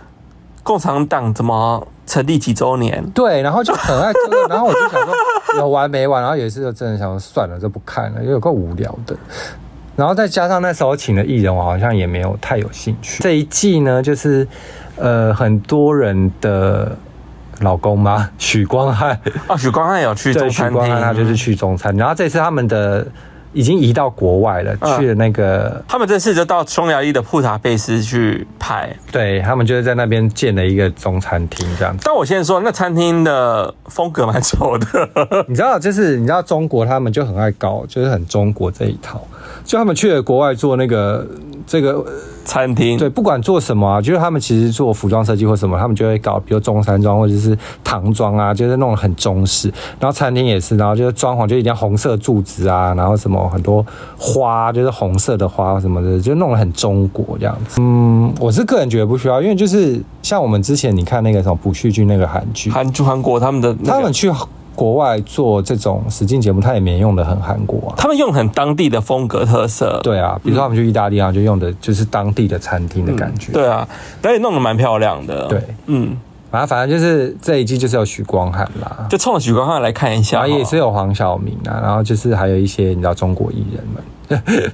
Speaker 1: 共产党怎么成立几周年。
Speaker 3: 对，然后就很爱这个，然后我就想说有完没完，然后有一次就真的想说算了，就不看了，因为有够无聊的。然后再加上那时候请的艺人，我好像也没有太有兴趣。这一季呢，就是呃很多人的老公吗？许光汉。
Speaker 1: 啊，许光汉有去
Speaker 3: 对，嗯
Speaker 1: 中
Speaker 3: 许
Speaker 1: 餐厅，
Speaker 3: 光汉他啊就是去中餐，然后这次他们的已经移到国外了，
Speaker 1: 嗯
Speaker 3: 去了那个，
Speaker 1: 他们这次就到匈牙利的布达佩斯去拍。
Speaker 3: 对他们就是在那边建了一个中餐厅这样子。
Speaker 1: 但我先说，那餐厅的风格蛮丑 的，
Speaker 3: 你知道，就是你知道中国他们就很爱搞，就是很中国这一套，就他们去了国外做那个这个
Speaker 1: 餐厅
Speaker 3: 对，不管做什么啊，就是他们其实做服装设计或什么，他们就会搞，比如中山装或者是唐装啊，就是弄得很中式。然后餐厅也是，然后就是装潢就一定要红色柱子啊，然后什么很多花，就是红色的花什么的，就弄得很中国这样子。嗯，我是个人觉得不需要，因为就是像我们之前你看那个什么朴叙俊那个韩剧，
Speaker 1: 韩就韩国他们的、那个
Speaker 3: 他们去国外做这种实境节目，他也没用的很韩国啊。
Speaker 1: 他们用很当地的风格特色，
Speaker 3: 对啊，比如说他们去意大利啊，就用的就是当地的餐厅的感觉。
Speaker 1: 对啊，但也弄得蛮漂亮的。
Speaker 3: 对，
Speaker 1: 嗯，
Speaker 3: 然后啊反正就是这一季就是有许光汉啦，
Speaker 1: 就冲着许光汉来看一下
Speaker 3: 然
Speaker 1: 哈，
Speaker 3: 啊后也是有黄晓明啊，然后就是还有一些你知道中国艺人们，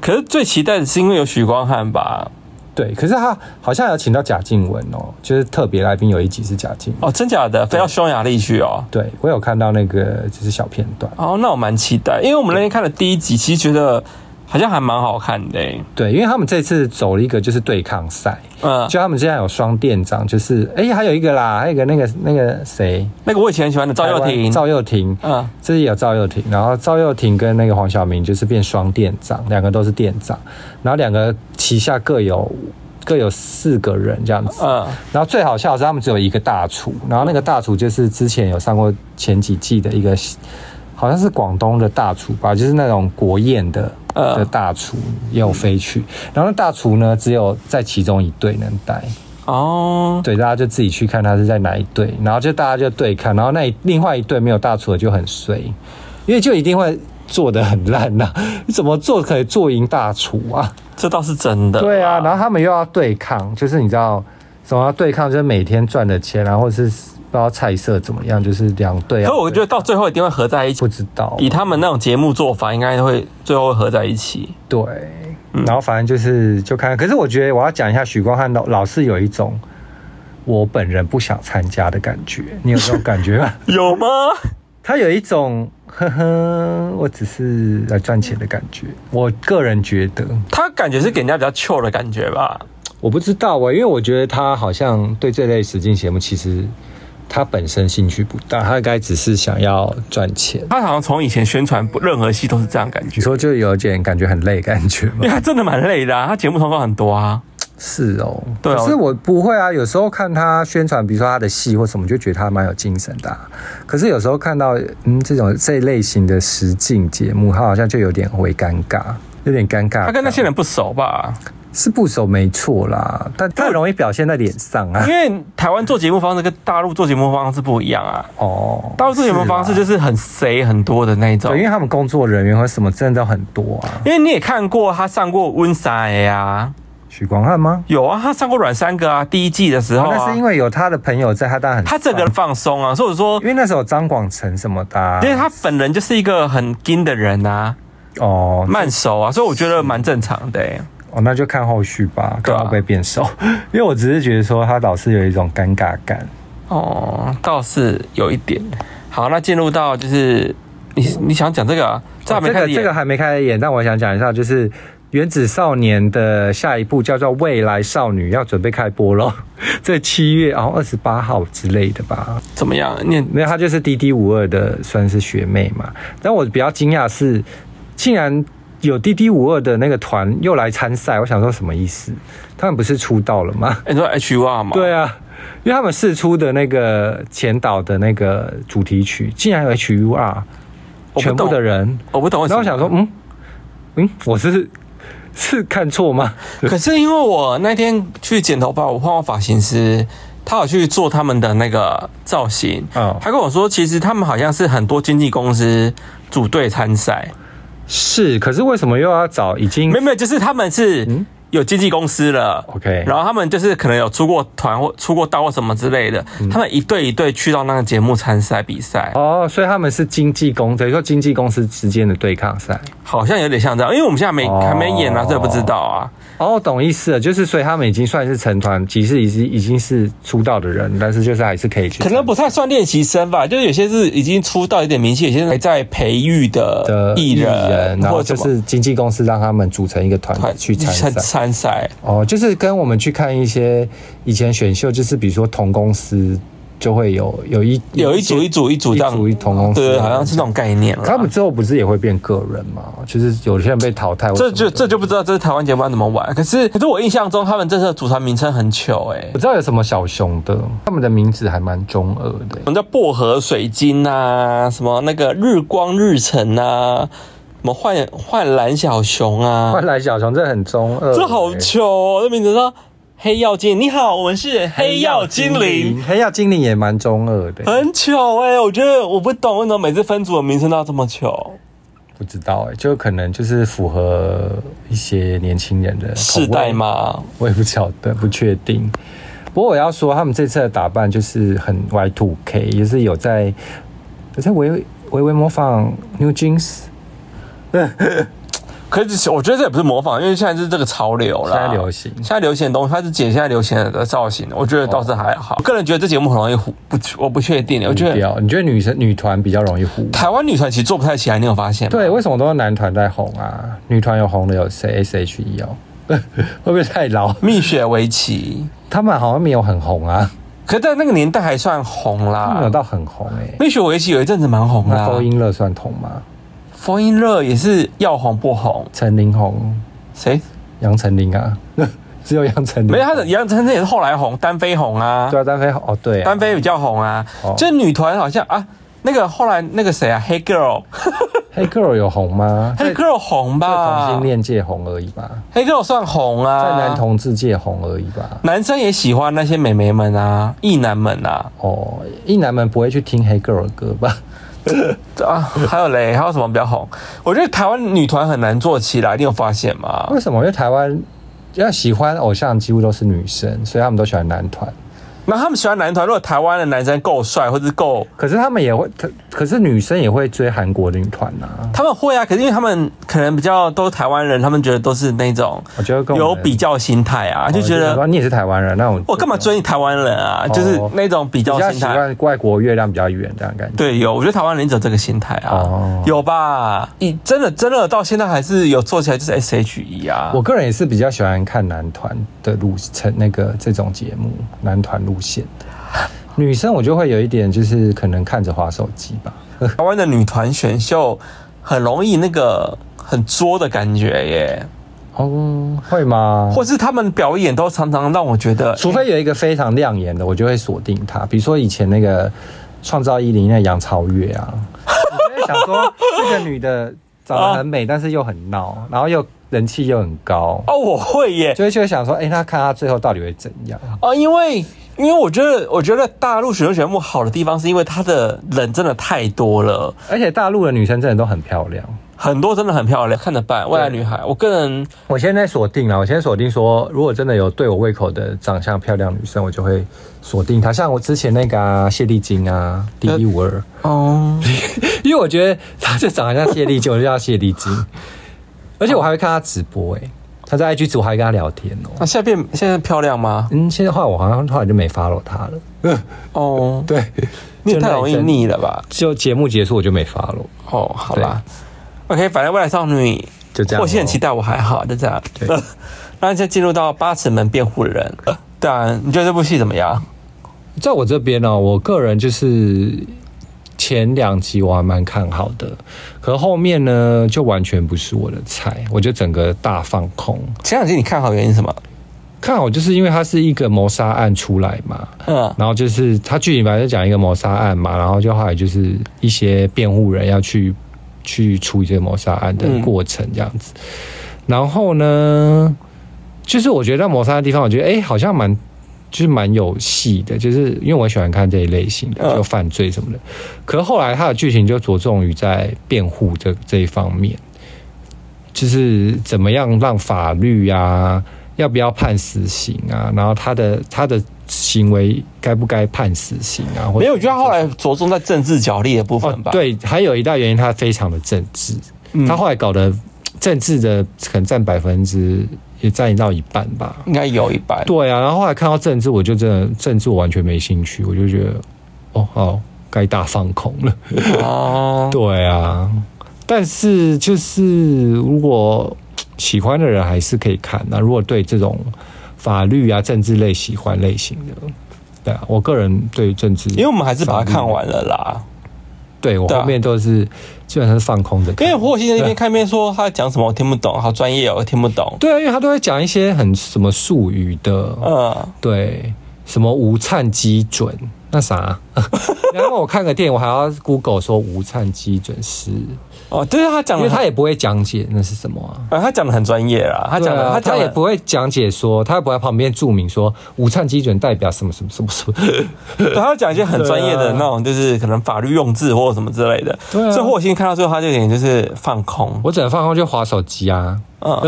Speaker 1: 可是最期待的是因为有许光汉吧？
Speaker 3: 对，可是他好像有请到贾静雯哦，就是特别来宾有一集是贾静雯，
Speaker 1: 哦，真假的，非要匈牙利去哦。
Speaker 3: 对我有看到那个就是小片段，
Speaker 1: 哦，那我蛮期待，因为我们那天看了第一集，其实觉得好像还蛮好看的、欸。
Speaker 3: 对，因为他们这次走了一个就是对抗赛，
Speaker 1: 嗯，
Speaker 3: 就他们之前有双店长，就是哎还有一个啦，还有一个那个那个谁，
Speaker 1: 那个我以前很喜欢的赵又
Speaker 3: 台
Speaker 1: 廷
Speaker 3: 湾，赵又廷，
Speaker 1: 嗯，
Speaker 3: 这也有赵又廷，然后赵又廷跟那个黄晓明就是变双店长，两个都是店长，然后两个旗下各有各有四个人这样子。
Speaker 1: 嗯，
Speaker 3: 然后最好笑的是他们只有一个大厨，然后那个大厨就是之前有上过前几季的一个，好像是广东的大厨吧，就是那种国宴的。
Speaker 1: 嗯
Speaker 3: 的大厨也有飞去，然后那大厨呢，只有在其中一队能待，
Speaker 1: 哦，
Speaker 3: 对，大家就自己去看他是在哪一队，然后就大家就对看，然后那一另外一队没有大厨的就很衰，因为就一定会做的很烂呐、你怎么做可以做赢大厨啊？
Speaker 1: 这倒是真的。
Speaker 3: 对啊，然后他们又要对抗，就是你知道，什么要对抗，就是每天赚的钱啊，然后是不知道菜色怎么样，就是两队啊。
Speaker 1: 可我觉得
Speaker 3: 得
Speaker 1: 到最后一定会合在一起
Speaker 3: 不，知道，
Speaker 1: 以他们那种节目做法，应该会最后会合在一起。
Speaker 3: 对，
Speaker 1: 嗯
Speaker 3: 然后反正就是就看看。可是我觉得我要讲一下许光汉老老是有一种我本人不想参加的感觉，你有这种感觉吗？
Speaker 1: 有吗？
Speaker 3: 他有一种呵呵，我只是来赚钱的感觉。我个人觉得，
Speaker 1: 他感觉是给人家比较 chill 的感觉吧？
Speaker 3: 我不知道啊，因为我觉得他好像对这类实境节目其实。他本身兴趣不大，他应该只是想要赚钱。
Speaker 1: 他好像从以前宣传不任何戏都是这样感觉
Speaker 3: 你，说就有点感觉很累，感觉吗
Speaker 1: 因为？他真的蛮累的、啊，他节目通告很多啊。
Speaker 3: 是哦，
Speaker 1: 对啊
Speaker 3: 可是我不会啊，有时候看他宣传，比如说他的戏或什么，就觉得他蛮有精神的啊、可是有时候看到嗯这种这类型的实境节目，他好像就有点会尴尬，有点尴尬感。
Speaker 1: 他跟那些人不熟吧？
Speaker 3: 是不熟没错啦，但太容易表现在脸上啊
Speaker 1: 因。为台湾做节目方式跟大陆做节目方式不一样啊。
Speaker 3: 哦，
Speaker 1: 大陆做节目方式就
Speaker 3: 是啦
Speaker 1: 是很塞很多的那一种
Speaker 3: 对，，因为他们工作人员和什么真的都很多啊。
Speaker 1: 因为你也看过他上过《温莎》呀，
Speaker 3: 许光汉吗？
Speaker 1: 有啊，他上过《软三个》啊，第一季的时候
Speaker 3: 哦那
Speaker 1: 啊
Speaker 3: 是因，为有他的朋友在，他当然很
Speaker 1: 他整个人
Speaker 3: 爽
Speaker 1: 放松啊，所以我说
Speaker 3: 因，为那时候有张广成什么的啊、
Speaker 1: 因为他本人就是一个很硬的人啊，
Speaker 3: 哦
Speaker 1: 慢熟啊，所以我觉得蛮正常的、欸。
Speaker 3: 哦，那就看后续吧，
Speaker 1: 对
Speaker 3: 看
Speaker 1: 啊
Speaker 3: 会不会变瘦。 因为我只是觉得说他老是有一种尴尬感。
Speaker 1: 哦，倒是有一点。好，那进入到就是你你想讲这个、啊，这还没
Speaker 3: 哦
Speaker 1: 开始
Speaker 3: 这个
Speaker 1: 演、
Speaker 3: 这个还没开始演，但我想讲一下，就是《原子少年》的下一部叫做《未来少女》，要准备开播喽， 在七月哦然后二十八号之类的吧。
Speaker 1: 怎么样？你
Speaker 3: 没有，她就是 D D 五二的，算是学妹嘛。但我比较惊讶是，竟然有 D D 五二的那个团又来参赛，我想说什么意思？他们不是出道了吗？
Speaker 1: 你说 H R 嘛？
Speaker 3: 对啊，因为他们试出的那个前导的那个主题曲，竟然有 H U R，
Speaker 1: 我不
Speaker 3: 全部
Speaker 1: 懂
Speaker 3: 的人。
Speaker 1: 我不懂为什
Speaker 3: 然
Speaker 1: 么。
Speaker 3: 后我想说，嗯嗯，我是 是看错吗？
Speaker 1: 可是因为我那天去剪头发，我换过发型师，他有去做他们的那个造型。
Speaker 3: 哦
Speaker 1: 他跟我说，其实他们好像是很多经纪公司组队参赛，
Speaker 3: 嗯是，可是为什么又要找已经
Speaker 1: 没有没有，就是他们是
Speaker 3: 嗯
Speaker 1: 有经纪公司了。
Speaker 3: OK？
Speaker 1: 然后他们就是可能有出过团或出过道或什么之类的，他们一队一队去到那个节目参赛比赛，
Speaker 3: 嗯哦，所以他们是经纪公，等于说经纪公司之间的对抗赛。
Speaker 1: 好像有点像这样，因为我们现在没
Speaker 3: 哦
Speaker 1: 还没演啊，所以不知道啊。
Speaker 3: 哦，懂意思了，就是所以他们已经算是成团，即使已经已经是出道的人，但是就是还是可以去
Speaker 1: 可
Speaker 3: 参。
Speaker 1: 能不太算练习生吧，就是有些是已经出道有点名气，有些是还在培育的
Speaker 3: 的
Speaker 1: 艺人，
Speaker 3: 然
Speaker 1: 或
Speaker 3: 后
Speaker 1: 者
Speaker 3: 就
Speaker 1: 什么
Speaker 3: 是经纪公司让他们组成一个团
Speaker 1: 团
Speaker 3: 去参赛。
Speaker 1: 参赛。
Speaker 3: 哦，就是跟我们去看一些以前选秀，就是比如说同公司就会有有一
Speaker 1: 有一组一组一组
Speaker 3: 一
Speaker 1: 这样，
Speaker 3: 组一同公司
Speaker 1: 对，好像是那种概念
Speaker 3: 可他们
Speaker 1: 了。
Speaker 3: 之后不是也会变个人嘛？就是有些人被淘汰，
Speaker 1: 这就这就不知道这是台湾节目要怎么玩，可是可是我印象中他们这次的组团名称很糗哎、
Speaker 3: 我知道有什么小熊的，他们的名字还蛮中二的、
Speaker 1: 什么叫薄荷水晶啊，什么那个日光日晨啊，什么幻幻蓝小熊啊，
Speaker 3: 换来小熊这很中二、
Speaker 1: 这好
Speaker 3: 欸
Speaker 1: 糗哦！这名字说黑曜精，你好，我们是黑曜精灵，，
Speaker 3: 黑曜精灵也蛮中二的、
Speaker 1: 很糗哎、我觉得我不懂为什么每次分组的名称都要这么糗，
Speaker 3: 不知道哎、就可能就是符合一些年轻人的口味
Speaker 1: 世代？嘛，
Speaker 3: 我也不晓得，不确定。不过我要说，他们这次的打扮就是很 Y two K，也是有在有在微微微模仿 New Jeans
Speaker 1: 可是我觉得这也不是模仿，因为现在是这个潮流啦，
Speaker 3: 现在流行
Speaker 1: 现在流行的东西，它是剪现在流行的造型，我觉得倒是还好。我个人觉得这节目很容易糊，不，我不确定，我觉得
Speaker 3: 比较。你觉得女生女团比较容易糊？
Speaker 1: 台湾女团其实做不太起来，你有发现吗？
Speaker 3: 对，为什么都是男团在红啊？女团有红的有谁？S.H.E 哦， 会不会太老？
Speaker 1: 蜜雪薇琪，
Speaker 3: 他们好像没有很红啊，
Speaker 1: 可在那个年代还算红
Speaker 3: 他们没
Speaker 1: 啦
Speaker 3: 有。到很红哎、
Speaker 1: 蜜雪薇琪有一阵子蛮红
Speaker 3: 那
Speaker 1: 啦，
Speaker 3: 周音乐算红吗？
Speaker 1: 风音热也是要红不红，
Speaker 3: 陈琳红，
Speaker 1: 谁？
Speaker 3: 杨丞琳啊， 只有杨丞琳红。
Speaker 1: 没有，他的杨丞琳也是后来红，单飞红啊，
Speaker 3: 对啊，单飞红哦，对啊、
Speaker 1: 单飞比较红啊
Speaker 3: 哦。
Speaker 1: 这女团好像啊，那个后来那个谁啊，黑 girl，黑
Speaker 3: 黑 girgirl 有红吗？在
Speaker 1: girl 红
Speaker 3: 在同
Speaker 1: 吧
Speaker 3: 性？恋界红而已吧，
Speaker 1: 黑 girl 算红啊，
Speaker 3: 在男同志界红而已吧。
Speaker 1: 男生也喜欢那些美眉们啊，异男们啊，
Speaker 3: 哦，一男们不会去听黑 girl 的歌吧？
Speaker 1: 啊，还有嘞，还有什么比较红？我觉得台湾女团很难做起来，你有发现吗？
Speaker 3: 为什么？因为台湾要喜欢偶像几乎都是女生，所以他们都喜欢男团。
Speaker 1: 那他们喜欢男团，如果台湾的男生够帅或者够，
Speaker 3: 可是他们也会，可可是女生也会追韩国女团呐、啊。
Speaker 1: 他们会啊，可是因为他们可能比较都是台湾人，他们觉得都是那种
Speaker 3: 我觉得跟我
Speaker 1: 有
Speaker 3: 们
Speaker 1: 比较心态啊，
Speaker 3: 哦
Speaker 1: 就觉
Speaker 3: 想说
Speaker 1: 得
Speaker 3: 你也是台湾人，那我
Speaker 1: 我干嘛追你台湾人啊，就是那种比
Speaker 3: 哦比
Speaker 1: 较
Speaker 3: 较
Speaker 1: 心
Speaker 3: 喜
Speaker 1: 态。
Speaker 3: 欢外国月亮比较圆这样感觉。
Speaker 1: 对，有，我觉得台湾人只有这个心态啊
Speaker 3: 哦，
Speaker 1: 有吧？你真的真的到现在还是有做起来，就是 S H E 啊，
Speaker 3: 我个人也是比较喜欢看男团的路程，那个这种节目，男团路线的。女生我就会有一点，就是可能看着滑手机吧。
Speaker 1: 台湾的女团选秀很容易那个很作的感觉耶，
Speaker 3: 哦，会吗？
Speaker 1: 或是他们表演都常常让我觉得，
Speaker 3: 除非有一个非常亮眼的，我就会锁定他。比如说以前那 个《创造一零》那杨超越啊，我就会想说这个女的长得很美，但是又很闹，然后又人气又很高，
Speaker 1: 哦，我会耶，
Speaker 3: 就会就会想说，哎、那看他最后到底会怎样？
Speaker 1: 哦，因为因为我觉得我觉得大陆选秀节目好的地方是因为它的人真的太多了，
Speaker 3: 而且大陆的女生真的都很漂亮。
Speaker 1: 很多真的很漂亮，看得办。未来女孩，我个人
Speaker 3: 我现在锁定了，我现在锁定说，如果真的有对我胃口的长相漂亮女生，我就会锁定她。像我之前那个啊，谢丽金啊，第一五二，
Speaker 1: 哦，
Speaker 3: 因为我觉得她就长得像谢丽金，我就叫谢丽金。 而且我还会看她直播、欸，哎，她在 IG 直播我还跟她聊天哦、
Speaker 1: 啊那现在变现在漂亮吗？
Speaker 3: 嗯，现在的话我好像后来就没 follow 她了。
Speaker 1: 哦，
Speaker 3: 对，
Speaker 1: 你也太容易。腻了吧？
Speaker 3: 就节目结束我就没 follow。
Speaker 1: 哦，好啦 o k 反正未来少女
Speaker 3: 就这样咯
Speaker 1: 我是很期待，我还好，就这样。
Speaker 3: 对
Speaker 1: 那现在进入到八尺门辩护人，呃对啊，你觉得这部戏怎么样？
Speaker 3: 在我这边呢、哦我个人就是前两集我还蛮看好的，可后面呢就完全不是我的菜，我就整个大放空。
Speaker 1: 前两集你看好原因是什么？
Speaker 3: 看好就是因为它是一个谋杀案出来嘛，
Speaker 1: 嗯，
Speaker 3: 然后就是它剧里面就讲一个谋杀案嘛，然后就后来就是一些辩护人要去去处理这个谋杀案的过程这样子。然后呢，就是我觉得在谋杀案的地方，我觉得哎、诶好像蛮。就是蛮有戏的，就是因为我喜欢看这一类型的，
Speaker 1: 嗯
Speaker 3: 就犯罪什么的。可是后来它的剧情就着重于在辩护这这一方面，就是怎么样让法律啊，要不要判死刑啊，然后他的他的行为该不该判死刑啊？或者
Speaker 1: 没有，我觉得他后来着重在政治角力的部
Speaker 3: 哦
Speaker 1: 分吧。，
Speaker 3: 对，还有一大原因，他非常的政治，
Speaker 1: 嗯
Speaker 3: 他后来搞的政治的可能占百分之也占到一半吧。
Speaker 1: 应该有一半。
Speaker 3: 对啊，然后后来看到政治，我就真的政治我完全没兴趣，我就觉得哦好，该大放空了。
Speaker 1: 哦，
Speaker 3: 对啊，但是就是如果喜欢的人还是可以看啊那、如果对这种法律啊、政治类喜欢类型的，对啊，我个人对政治，
Speaker 1: 因为我们还是把它看完了啦。
Speaker 3: 对我
Speaker 1: 对啊
Speaker 3: 后面都是基本上是放空的看，
Speaker 1: 因为火火星在那边看面说他讲什么我听不懂，好专业哦，我听不懂。
Speaker 3: 对啊，因为他都会讲一些很什么术语的，
Speaker 1: 嗯，
Speaker 3: 对，什么无产基准那啥， 然后我看个电影，我还要 Google 说无产基准是，
Speaker 1: 哦，对他讲
Speaker 3: 因
Speaker 1: 的
Speaker 3: 为他
Speaker 1: 很，
Speaker 3: 也不会讲解那是什么啊。
Speaker 1: 啊，他讲的很专业啦，他
Speaker 3: 对
Speaker 1: 讲的，
Speaker 3: 啊，
Speaker 1: 他
Speaker 3: 他
Speaker 1: 讲
Speaker 3: 也
Speaker 1: 的
Speaker 3: 不会讲解说，他也不会在旁边注明说无产基准代表什么什么什么什么。
Speaker 1: 对，他讲一些很专业
Speaker 3: 对
Speaker 1: 的
Speaker 3: 啊
Speaker 1: 那种，就是可能法律用字或什么之类的。
Speaker 3: 对啊
Speaker 1: 所以火星看到最后，他就有点就是放空。
Speaker 3: 我只能放空就划手机啊。
Speaker 1: 嗯，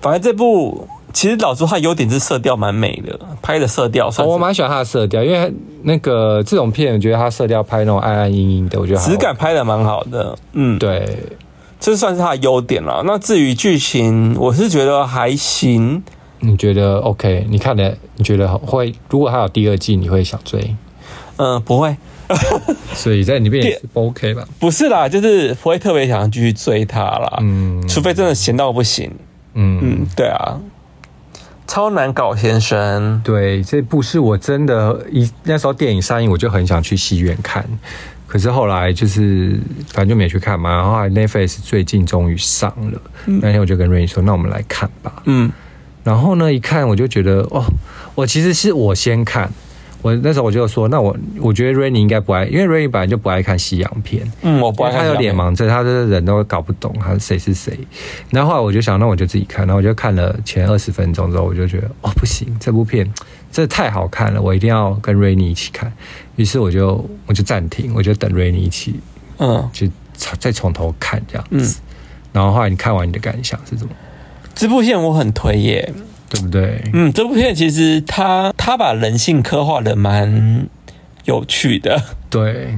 Speaker 1: 反正这部其实老实说，它的优点是色调蛮美的，拍的色调算是
Speaker 3: 我蛮喜欢他的色调，因为那个这种片，我觉得他色调拍那种暗暗阴阴的，我觉得还
Speaker 1: 质感
Speaker 3: OK。
Speaker 1: 拍的蛮好的。嗯，
Speaker 3: 对，
Speaker 1: 这算是它的优点了。那至于剧情，我是觉得还行。
Speaker 3: 你觉得 OK？你看的，你觉得会？如果还有第二季，你会想追？
Speaker 1: 嗯，不会，
Speaker 3: 所以在你边也是不 OK 吧？
Speaker 1: 不是啦，就是不会特别想继续追它啦。
Speaker 3: 嗯
Speaker 1: 除非真的闲到不行。
Speaker 3: 嗯，
Speaker 1: 嗯，对啊，超难搞先生。
Speaker 3: 对，这部是我真的一那时候电影上映，我就很想去戏院看，可是后来就是反正就没去看嘛。然后后来 Netflix 最近终于上了，那天我就跟瑞 a 说：“那我们来看吧。”
Speaker 1: 嗯，
Speaker 3: 然后呢，一看我就觉得哦，我其实是我先看。我那时候我就说，那我我觉得 Rainy 应该不爱，因为 Rainy 本来就不爱看西洋片，
Speaker 1: 嗯，我不
Speaker 3: 因
Speaker 1: 爱
Speaker 3: 为
Speaker 1: 看
Speaker 3: 他有
Speaker 1: 小
Speaker 3: 脸
Speaker 1: 妹？
Speaker 3: 盲症，他的人都搞不懂他谁是谁。然后后来我就想，那我就自己看，然后我就看了前二十分钟之后，我就觉得哦不行，这部片真的太好看了，我一定要跟 Rainy 一起看。于是我就我就暂停，我就等 Rainy 一起
Speaker 1: 嗯，
Speaker 3: 就再从头看这样子。然后后来你看完你的感想是什么？
Speaker 1: 这部片我很推耶。
Speaker 3: 对不对？
Speaker 1: 嗯，这部片其实它它把人性刻画的蛮有趣的，
Speaker 3: 对，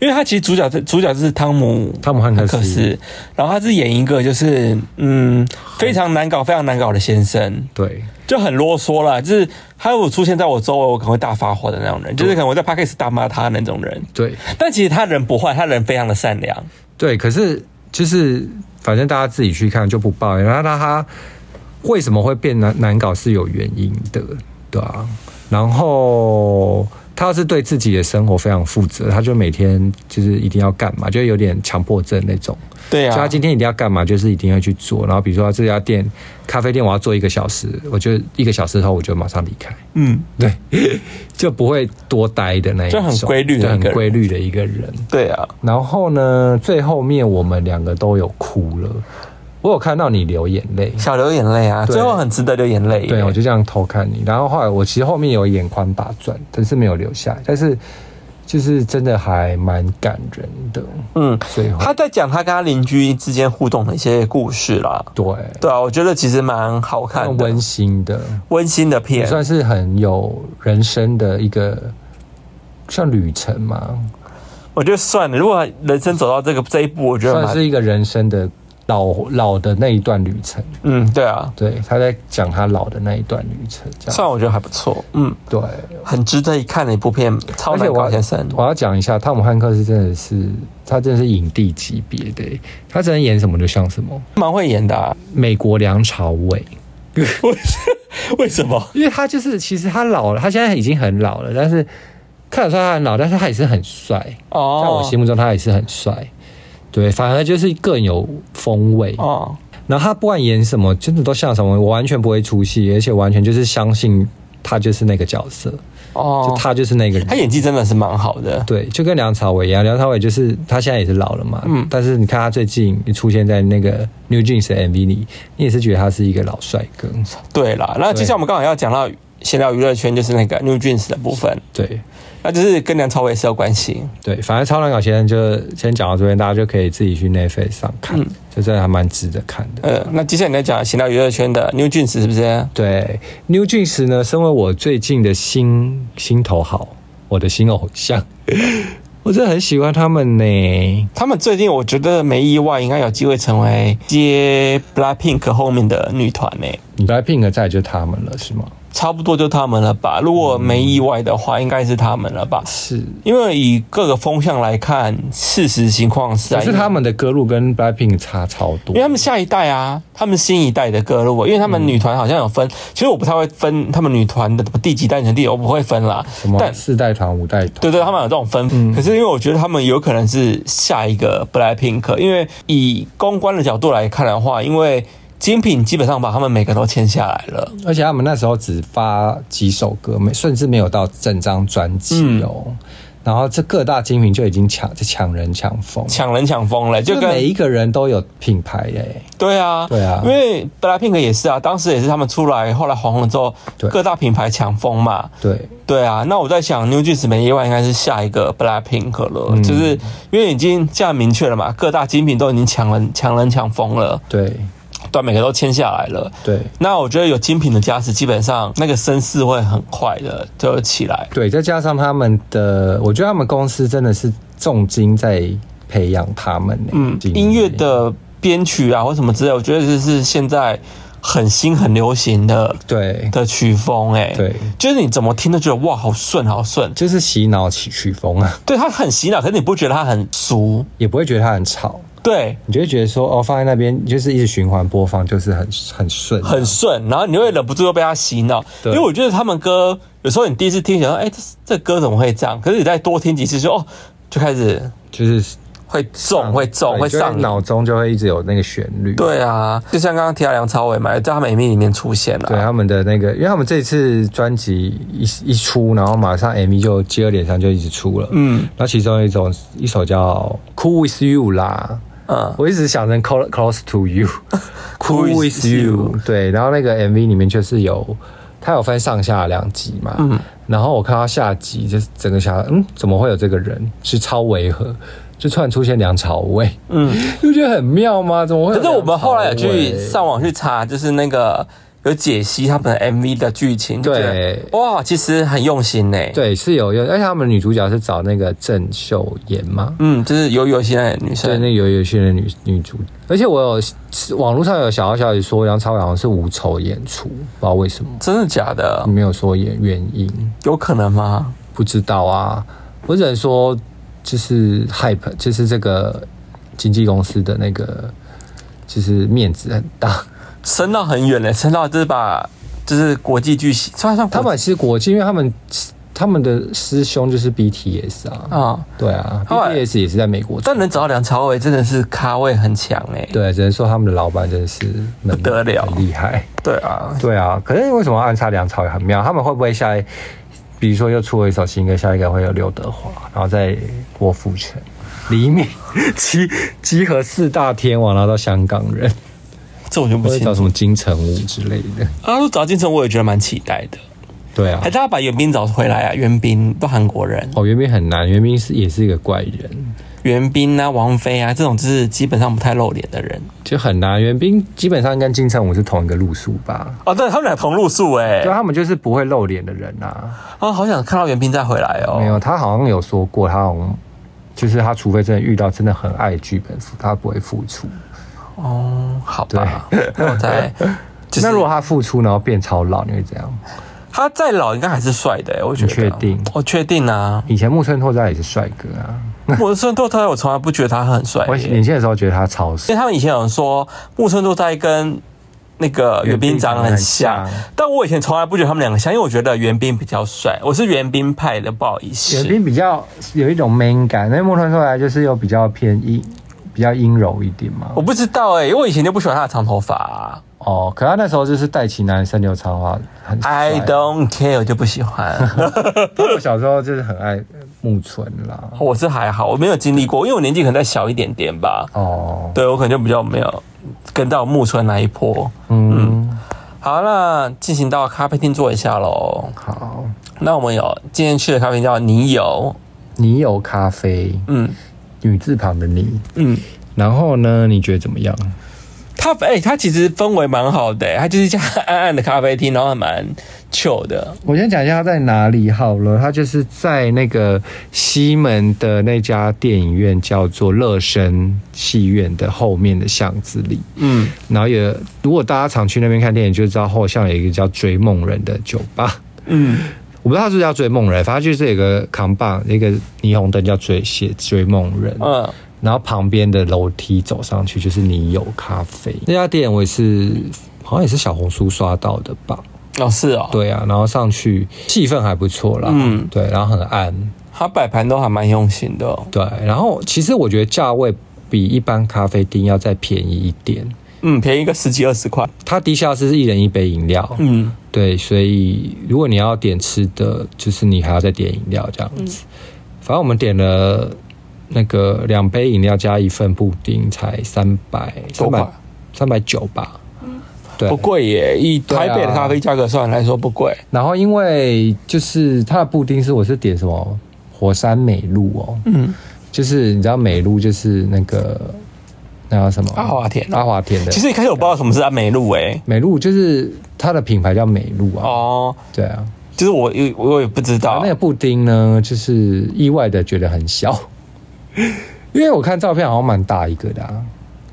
Speaker 1: 因为它其实主角主角是汤姆
Speaker 3: 汤姆汉克
Speaker 1: 汉
Speaker 3: 斯
Speaker 1: 克斯，然后他是演一个就是嗯非常难搞非常难搞的先生，
Speaker 3: 对
Speaker 1: 就很啰嗦啦，就是他如果出现在我周围，我可能会大发火的那种人，就是可能我在 p a c k a g e 大骂他那种人。
Speaker 3: 对
Speaker 1: 但其实他人不坏，他人非常的善良。
Speaker 3: 对，可是就是反正大家自己去看就不报，然后他他为什么会变难难搞是有原因的，对啊。然后他是对自己的生活非常负责，他就每天就是一定要干嘛，就有点强迫症那种。
Speaker 1: 对
Speaker 3: 就他
Speaker 1: 啊，
Speaker 3: 今天一定要干嘛，就是一定要去做。然后比如说这家店咖啡店，我要做一个小时，我就一个小时后我就马上离开，
Speaker 1: 嗯，
Speaker 3: 对， 就不会多待的那一种，
Speaker 1: 就很规律的一个
Speaker 3: 就
Speaker 1: 人
Speaker 3: 很规律的一个人。
Speaker 1: 对啊，
Speaker 3: 然后呢，最后面我们两个都有哭了，我有看到你流眼泪，
Speaker 1: 小流眼泪啊，
Speaker 3: 对
Speaker 1: 最后很值得流眼泪耶。
Speaker 3: 对我就这样偷看你。然后后来我其实后面有眼眶打转，但是没有流下来，但是就是真的还蛮感人的。
Speaker 1: 嗯，
Speaker 3: 最后
Speaker 1: 他在讲他跟他邻居之间互动的一些故事啦。
Speaker 3: 对，
Speaker 1: 对啊，我觉得其实蛮好看
Speaker 3: 蛮
Speaker 1: 的
Speaker 3: 温，馨的，
Speaker 1: 温馨的
Speaker 3: 也
Speaker 1: 片。
Speaker 3: 算是很有人生的一个像旅程嘛，
Speaker 1: 我觉得算了，如果人生走到这个这一步，我觉得
Speaker 3: 算
Speaker 1: 蛮
Speaker 3: 是一个人生的老老的那一段旅程。
Speaker 1: 嗯，对啊，
Speaker 3: 对，他在讲他老的那一段旅程，这
Speaker 1: 算
Speaker 3: 样
Speaker 1: 我觉得还不错，嗯，
Speaker 3: 对。
Speaker 1: 很值得一看的一部片，《超
Speaker 3: 而且
Speaker 1: 难
Speaker 3: 我
Speaker 1: 搞
Speaker 3: 要
Speaker 1: 先生》。
Speaker 3: 我要讲一下，汤姆汉克斯真的是，他真的是影帝级别的欸，他真的演什么就像什么。
Speaker 1: 蛮会演的、 啊，
Speaker 3: 美国梁朝伟，
Speaker 1: 为什么？
Speaker 3: 因为他就是其实他老了，他现在已经很老了，但是看得出来他很老，但是他也是很帅，在
Speaker 1: 哦，
Speaker 3: 我心目中他也是很帅。对，反而就是更有风味。
Speaker 1: 哦，
Speaker 3: 然后他不管演什么，真的都像什么，我完全不会出戏，而且完全就是相信他就是那个角色，就
Speaker 1: 哦，
Speaker 3: 他就是那个人
Speaker 1: 他。演技真的是蛮好的，
Speaker 3: 对，就跟梁朝伟一样，梁朝伟就是他现在也是老了嘛，
Speaker 1: 嗯
Speaker 3: 但是你看他最近出现在那个 New Jeans 的 MV 里，你也是觉得他是一个老帅哥，
Speaker 1: 对啦。那接下来我们刚好要讲到闲聊娱乐圈，就是那个 New Jeans 的部分，
Speaker 3: 对
Speaker 1: 那就是跟梁朝伟是有关系。
Speaker 3: 对，反正超难搞先生就先讲到这边，大家就可以自己去 Netflix 上看，就真的还蛮值得看的。
Speaker 1: 呃，那接下来你在讲闲聊娱乐圈的 New Jeans 是不是？
Speaker 3: 对 New Jeans 呢，身为我最近的新新头好，我的新偶像， 我真的很喜欢他们呢。
Speaker 1: 他们最近我觉得没意外，应该有机会成为接 Blackpink 后面的女团呢、
Speaker 3: 你 Blackpink 再就他们了是吗？
Speaker 1: 差不多就他们了吧。如果没意外的话，应该是他们了吧。
Speaker 3: 是，
Speaker 1: 因为以各个风向来看，事实情况是、啊，
Speaker 3: 可是他们的歌路跟 Blackpink 差超
Speaker 1: 因
Speaker 3: 多
Speaker 1: 为他。们下一代啊，他们新一代的歌路，因为他们女团好像有分，其实我不太会分他们女团的第几代、第几代，我不会分啦。
Speaker 3: 什么
Speaker 1: 但
Speaker 3: 四代团、五代团，
Speaker 1: 对对，他们有这种分，
Speaker 3: 嗯
Speaker 1: 可是因为我觉得他们有可能是下一个 BLACKPINK，因为以公关的角度来看的话，因为精品基本上把他们每个都签下来了，
Speaker 3: 而且他们那时候只发几首歌，没甚至没有到整张专
Speaker 1: 嗯
Speaker 3: 辑哦。然后这各大精品就已经抢在抢人抢 疯，
Speaker 1: 抢人抢疯了，就
Speaker 3: 就
Speaker 1: 跟
Speaker 3: 每一个人都有品牌嘞、
Speaker 1: 对啊，
Speaker 3: 对啊
Speaker 1: 因为 BLACKPINK 也是啊，当时也是他们出来，后来红了之后，
Speaker 3: 对
Speaker 1: 各大品牌抢疯嘛，
Speaker 3: 对，
Speaker 1: 对啊，那我在想，New Jeans 没意外应该是下一个 Blackpink 了，
Speaker 3: 嗯
Speaker 1: 就是因为已经这样明确了嘛，各大精品都已经抢人、抢人、抢疯了，
Speaker 3: 对，
Speaker 1: 对，啊每个都签下来了。
Speaker 3: 对，
Speaker 1: 那我觉得有精品的加持，基本上那个声势会很快的就会起来。
Speaker 3: 对，再加上他们的，我觉得他们公司真的是重金在培养他们、欸。
Speaker 1: 嗯，
Speaker 3: 经
Speaker 1: 音乐
Speaker 3: 营
Speaker 1: 的编曲啊或什么之类，我觉得这是现在很新很流行的
Speaker 3: 对
Speaker 1: 的曲风、欸，哎，
Speaker 3: 对，
Speaker 1: 就是你怎么听都觉得哇，好顺，好顺。
Speaker 3: 就是洗脑曲曲风啊，
Speaker 1: 对，它很洗脑，可是你不觉得它很俗？
Speaker 3: 也不会觉得它很吵，
Speaker 1: 对，
Speaker 3: 你就会觉得说哦，放在那边就是一直循环播放，就是很很顺啊、
Speaker 1: 很顺，然后你会忍不住又被他洗脑，因
Speaker 3: 对
Speaker 1: 为我觉得他们歌有时候你第一次听，想说，哎、这这歌怎么会这样？可是你再多听几次就，哦，就开始
Speaker 3: 就是
Speaker 1: 会中，会中，
Speaker 3: 对
Speaker 1: 会
Speaker 3: 就
Speaker 1: 上
Speaker 3: 脑
Speaker 1: 脑。
Speaker 3: 中就会一直有那个旋律。
Speaker 1: 对啊，就像刚刚提到梁朝伟嘛，在他们 MV 里面出现
Speaker 3: 对，
Speaker 1: 了。
Speaker 3: 他们的那个，因为他们这次专辑一一出，然后马上 MV 就接二连三就一直出了。嗯，然后其中一种一首叫《Cool With You》啦，
Speaker 1: 嗯，
Speaker 3: 我一直想成 Close Close to You，《
Speaker 1: Cool
Speaker 3: Cool
Speaker 1: With
Speaker 3: With
Speaker 1: You
Speaker 3: You》对，然后那个 MV 里面就是有。它有分上下两集嘛，嗯，然后我看到下集就是整个想，嗯，怎么会有这个人？是超违和，就突然出现梁朝伟，嗯， 就觉得很妙吗？怎么会有
Speaker 1: 可
Speaker 3: 梁
Speaker 1: 是
Speaker 3: 朝伟？
Speaker 1: 我们后来有去上网去查，就是那个有解析他们的 MV 的剧情，就觉得
Speaker 3: 对
Speaker 1: 哇，其实很用心呢。，
Speaker 3: 对，是有有，而且他们女主角是找那个郑秀妍嘛，
Speaker 1: 嗯，就是有有些女
Speaker 3: 对，
Speaker 1: 生，
Speaker 3: 那有有些人女女主，而且我有网络上有小道消息说梁朝伟好像是无酬演出，不知道为什么，
Speaker 1: 真的假的？
Speaker 3: 没有说原原因，
Speaker 1: 有可能吗？
Speaker 3: 不知道啊，我只能说就是 hype，就是这个经纪公司的那个就是面子很大，
Speaker 1: 升到很远了，升到就是把就是国际巨星，算算
Speaker 3: 他
Speaker 1: 国
Speaker 3: 们其实国际，因为他们他们的师兄就是 BTS 啊，
Speaker 1: 啊。
Speaker 3: 对啊
Speaker 1: 后来
Speaker 3: ，BTS 也是在美国出，
Speaker 1: 但能找到梁朝伟真的是咖位很强哎、
Speaker 3: 对，只能说他们的老板真的是不
Speaker 1: 不得了
Speaker 3: 很厉害。
Speaker 1: 对啊，
Speaker 3: 对啊，可是为什么暗杀梁朝伟很妙？他们会不会下一，比如说又出了一首新歌，下一个会有刘德华，然后再郭富城、黎明，集集合四大天王，然后到香港 人，
Speaker 1: 这我就不
Speaker 3: 或者
Speaker 1: 信
Speaker 3: 找。什么金城武之类的。
Speaker 1: 阿鲁找金城，我也觉得蛮期待的。
Speaker 3: 对啊
Speaker 1: 还，是他把袁冰找回来啊？袁冰都韩国人，
Speaker 3: 哦，袁冰很难，袁冰是也是一个怪人，
Speaker 1: 袁冰啊、王菲啊这种就是基本上不太露脸的人。
Speaker 3: 就很难。袁冰基本上跟金城武是同一个路数吧？
Speaker 1: 哦，对他们俩同路数哎、
Speaker 3: 对，他们就是不会露脸的人啊。
Speaker 1: 啊，好想看到袁冰再回来哦。
Speaker 3: 没有，他好像有说过，他好像就是他，除非真的遇到真的很爱剧本，他不会付出。
Speaker 1: 哦，好吧，那我 再。就是、
Speaker 3: 那如果他付出然后变超老，你会怎样？
Speaker 1: 他再老，应该还是帅的、欸，我觉得。
Speaker 3: 你确定
Speaker 1: 我确定啊！
Speaker 3: 以前木村拓哉也是帅哥啊，
Speaker 1: 木村拓哉，我从来不觉得他很帅、
Speaker 3: 我
Speaker 1: 欸
Speaker 3: 年轻的时候觉得他超
Speaker 1: 因
Speaker 3: 帅，
Speaker 1: 为他们以前有人说木村拓哉跟那个袁冰长很像
Speaker 3: 袁冰长很像，
Speaker 1: 但我以前从来不觉得他们两个像，因为我觉得袁冰比较帅，我是袁冰派的，不好意思。
Speaker 3: 袁冰比较有一种 man 感，那木村拓哉就是又比较偏阴，比较阴柔一点嘛
Speaker 1: 我。不知道哎、因为我以前就不喜欢他的长头发啊、
Speaker 3: 哦，可他那时候就是戴起男生留长发，很帅
Speaker 1: I don't care，我就不喜欢。
Speaker 3: 我小时候就是很爱木村啦。
Speaker 1: 我是还好，我没有经历过，因为我年纪可能再小一点点吧。
Speaker 3: 哦，
Speaker 1: 对我可能就比较没有跟到木村那一波。
Speaker 3: 嗯，
Speaker 1: 好，那进行到咖啡厅坐一下喽。
Speaker 3: 好，
Speaker 1: 那我们有今天去的咖啡厅叫你有，
Speaker 3: 你有咖啡，
Speaker 1: 嗯
Speaker 3: 女字旁的你，
Speaker 1: 嗯，
Speaker 3: 然后呢？你觉得怎么样？
Speaker 1: 它哎、它其实氛围蛮好的、它就是一家 暗暗的咖啡厅，然后还蛮 chill 的。
Speaker 3: 我先讲一下它在哪里好了，它就是在那个西门的那家电影院，叫做乐声戏院的后面的巷子里。
Speaker 1: 嗯，
Speaker 3: 然后也，如果大家常去那边看电影，就知道后巷有一个叫“追梦人”的酒吧。
Speaker 1: 嗯，
Speaker 3: 我不知道它是不是叫“追梦人”，反正就是有一个扛棒，一个霓虹灯叫“追”写“追梦人”。
Speaker 1: 嗯，
Speaker 3: 然后旁边的楼梯走上去就是你有咖啡那家店，我也是好像也是小红书刷到的吧。
Speaker 1: 哦是哦，，
Speaker 3: 对啊，然后上去气氛还不错啦，
Speaker 1: 嗯
Speaker 3: 嗯，对，然后很暗，
Speaker 1: 它摆盘都还蛮用心的、哦。
Speaker 3: 对，然后其实我觉得价位比一般咖啡厅要再便宜一点，
Speaker 1: 嗯，便宜个十几二十块。
Speaker 3: 它低下是一人一杯饮料，
Speaker 1: 嗯，
Speaker 3: 对，所以如果你要点吃的，就是你还要再点饮料这样子，反正我们点了那个两杯饮料加一份布丁，才三百
Speaker 1: 多
Speaker 3: 三
Speaker 1: 块
Speaker 3: 百三百九吧，对
Speaker 1: 不，贵耶，以
Speaker 3: 对啊
Speaker 1: 台北的咖啡价格算来说不贵。
Speaker 3: 然后因为就是它的布丁是我是点什么火山美露哦，
Speaker 1: 嗯，
Speaker 3: 就是你知道美露就是那个那叫什么
Speaker 1: 阿华田哦
Speaker 3: 阿华田的，
Speaker 1: 其实一开始我不知道什么是安美露诶。
Speaker 3: 美露就是它的品牌叫美露啊，
Speaker 1: 哦，
Speaker 3: 对啊，
Speaker 1: 就是我也我也不知
Speaker 3: 然
Speaker 1: 道
Speaker 3: 后那。个布丁呢，就是意外的觉得很小， 因为我看照片好像蛮大一个的啊，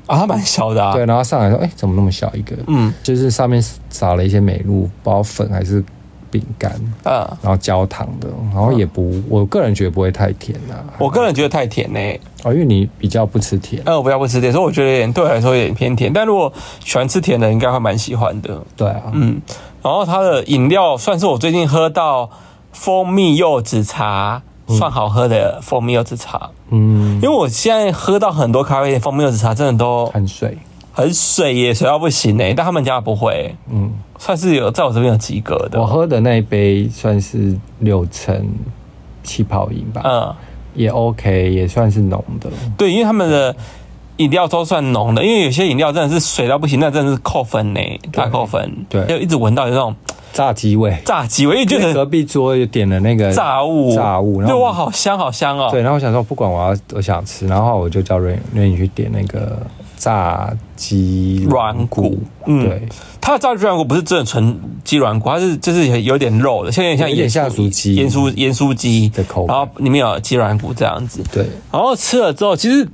Speaker 1: 啊，它蛮小的啊。
Speaker 3: 对，然后上来说，哎、怎么那么小一个？
Speaker 1: 嗯
Speaker 3: 就是上面撒了一些美露包粉还是饼干，
Speaker 1: 嗯，
Speaker 3: 然后焦糖的，然后也不，我个人觉得不会太甜啊，
Speaker 1: 我个人觉得太甜呢、欸，
Speaker 3: 哦，因为你比较不吃甜，
Speaker 1: 呃，我不要不吃甜，所以我觉得有点对我来说有点偏甜。但如果喜欢吃甜的，应该会蛮喜欢的。
Speaker 3: 对啊，
Speaker 1: 嗯，然后它的饮料算是我最近喝到蜂蜜柚子茶，算好喝的蜂蜜柚子茶。
Speaker 3: 嗯，
Speaker 1: 因为我现在喝到很多咖啡店蜂蜜柚子茶，真的都
Speaker 3: 很水，
Speaker 1: 很水耶，水到不行哎、但他们家不会，
Speaker 3: 嗯，
Speaker 1: 算是有在我这边有及格的
Speaker 3: 我。喝的那一杯算是六成气泡饮吧，
Speaker 1: 嗯，
Speaker 3: 也 OK，也算是浓的，
Speaker 1: 对，因为他们的饮料都算浓的，因为有些饮料真的是水到不行，那真的是扣分呢、大扣分。
Speaker 3: 对
Speaker 1: 就一直闻到有那种
Speaker 3: 炸鸡味。
Speaker 1: 炸鸡味，因为觉
Speaker 3: 因为
Speaker 1: 得
Speaker 3: 隔壁桌也点了那个
Speaker 1: 炸物，
Speaker 3: 炸物，然
Speaker 1: 对
Speaker 3: 后
Speaker 1: 哇，好香好香哦。
Speaker 3: 对，然后我想说不管我要我想吃，然后我就叫瑞瑞你去点那个炸鸡
Speaker 1: 软骨嗯
Speaker 3: 对，
Speaker 1: 它的炸鸡软骨不是真的纯鸡软骨，它是就是有有点肉的，像有点像
Speaker 3: 有点像
Speaker 1: 盐酥
Speaker 3: 酥鸡
Speaker 1: 盐酥盐酥鸡
Speaker 3: 的口感
Speaker 1: 然后里面有鸡软骨这样子。
Speaker 3: 对，
Speaker 1: 然后吃了之后，其实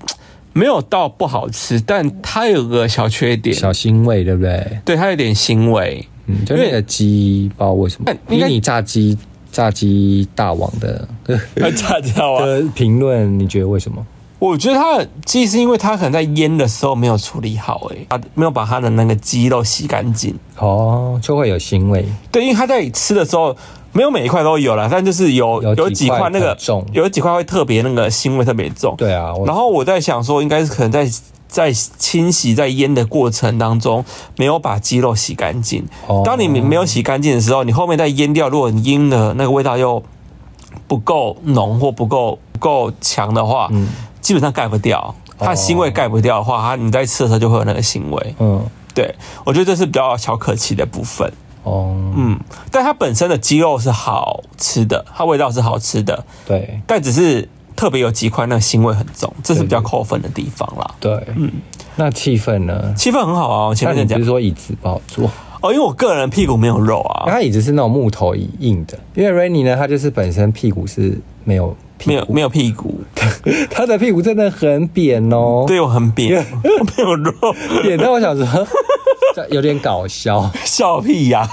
Speaker 1: 没有到不好吃，但它有个小缺点，
Speaker 3: 小腥味对不对？
Speaker 1: 对它有点腥味。
Speaker 3: 嗯，就那
Speaker 1: 因
Speaker 3: 个
Speaker 1: 为
Speaker 3: 鸡不知道为什么
Speaker 1: 但，应
Speaker 3: 因
Speaker 1: 该
Speaker 3: 为你炸鸡炸鸡大王的
Speaker 1: 大家啊，
Speaker 3: 的评论，你觉得为什么？
Speaker 1: 我觉得它的鸡是因为它可能在腌的时候没有处理好、欸，它没有把它的那个鸡肉洗干净。
Speaker 3: 哦，就会有腥味，
Speaker 1: 对，因为它在吃的时候，没有每一块都有啦，但就是有
Speaker 3: 有
Speaker 1: 有
Speaker 3: 几
Speaker 1: 几
Speaker 3: 块
Speaker 1: 块那个
Speaker 3: 很重
Speaker 1: 有几块会特别那个腥味特别重。
Speaker 3: 对啊，我
Speaker 1: 然后我在想说，应该是可能在在清洗在腌的过程当中，没有把鸡肉洗干净。
Speaker 3: 哦
Speaker 1: 当你没有洗干净的时候，你后面再腌掉，如果你腌的那个味道又不够浓或不够不够强的话，基本上盖不掉。它腥味盖不掉的话，它你在吃的时候就会有那个腥味。
Speaker 3: 嗯
Speaker 1: 对我觉得这是比较小可惜的部分。
Speaker 3: 哦
Speaker 1: 嗯，但它本身的鸡肉是好吃的，它味道是好吃的，
Speaker 3: 对
Speaker 1: 但只是特别有几块那个腥味很重，这是比较
Speaker 3: 对对
Speaker 1: 扣分的地方啦。
Speaker 3: 对，那气氛呢？
Speaker 1: 气氛很好啊，我前
Speaker 3: 那
Speaker 1: 面
Speaker 3: 你
Speaker 1: 在
Speaker 3: 不
Speaker 1: 讲
Speaker 3: 是说椅子不好坐？
Speaker 1: 哦，因为我个人屁股没有肉啊，
Speaker 3: 它椅子是那种木头椅硬的，因为 Rainy 呢，他就是本身屁股是没有
Speaker 1: 没
Speaker 3: 屁
Speaker 1: 有
Speaker 3: 股，哦
Speaker 1: 没有屁股，
Speaker 3: 他的屁股真的很扁哦，
Speaker 1: 对我很扁， 我没有肉，
Speaker 3: 扁到我想说 这有点搞笑。
Speaker 1: 笑屁 呀、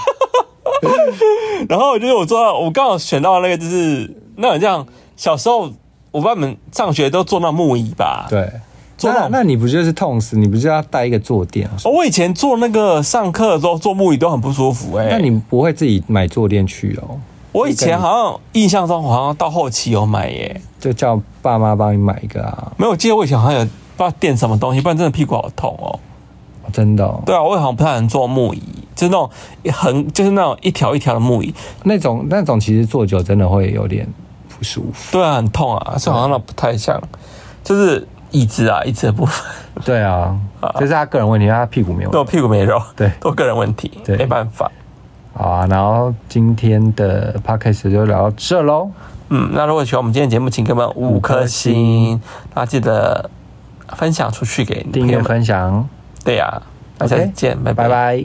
Speaker 1: 然后我就是我坐到，我刚好选到那个就是那很像小时候我爸们上学都坐那木椅吧，
Speaker 3: 对，
Speaker 1: 坐那
Speaker 3: 那
Speaker 1: 种
Speaker 3: 那你不就是痛死？你不就要带一个坐垫？？Oh，
Speaker 1: 哦，我以前坐那个上课的时候坐木椅都很不舒服哎、
Speaker 3: 那你不会自己买坐垫去哦？
Speaker 1: 我以前好像印象中好像到后期有买耶，
Speaker 3: 就叫爸妈帮你买一个啊？
Speaker 1: 没有，我记得我以前好像有不知道垫什么东西，不然真的屁股好痛哦。
Speaker 3: 真的、哦，
Speaker 1: 对啊，我好像不太能坐木椅，就是那种很就是那种一条一条的木椅，
Speaker 3: 那种那种其实坐久真的会有点不舒服。
Speaker 1: 对啊，很痛啊，所以好像那不太像，就是椅子啊，椅子的部分，
Speaker 3: 对啊，这是他个人问题，因为他屁股没有
Speaker 1: 对我屁股没肉，
Speaker 3: 对
Speaker 1: 都个人问题，
Speaker 3: 对
Speaker 1: 没办法。
Speaker 3: 好啊，然后今天的 podcast 就聊到这喽，
Speaker 1: 嗯，那如果喜欢我们今天的节目，请给我们五颗星，那记得分享出去给你
Speaker 3: 订
Speaker 1: 朋
Speaker 3: 阅
Speaker 1: 友们。
Speaker 3: 分享，
Speaker 1: 对呀、大家
Speaker 3: OK，
Speaker 1: 见，拜
Speaker 3: 拜拜。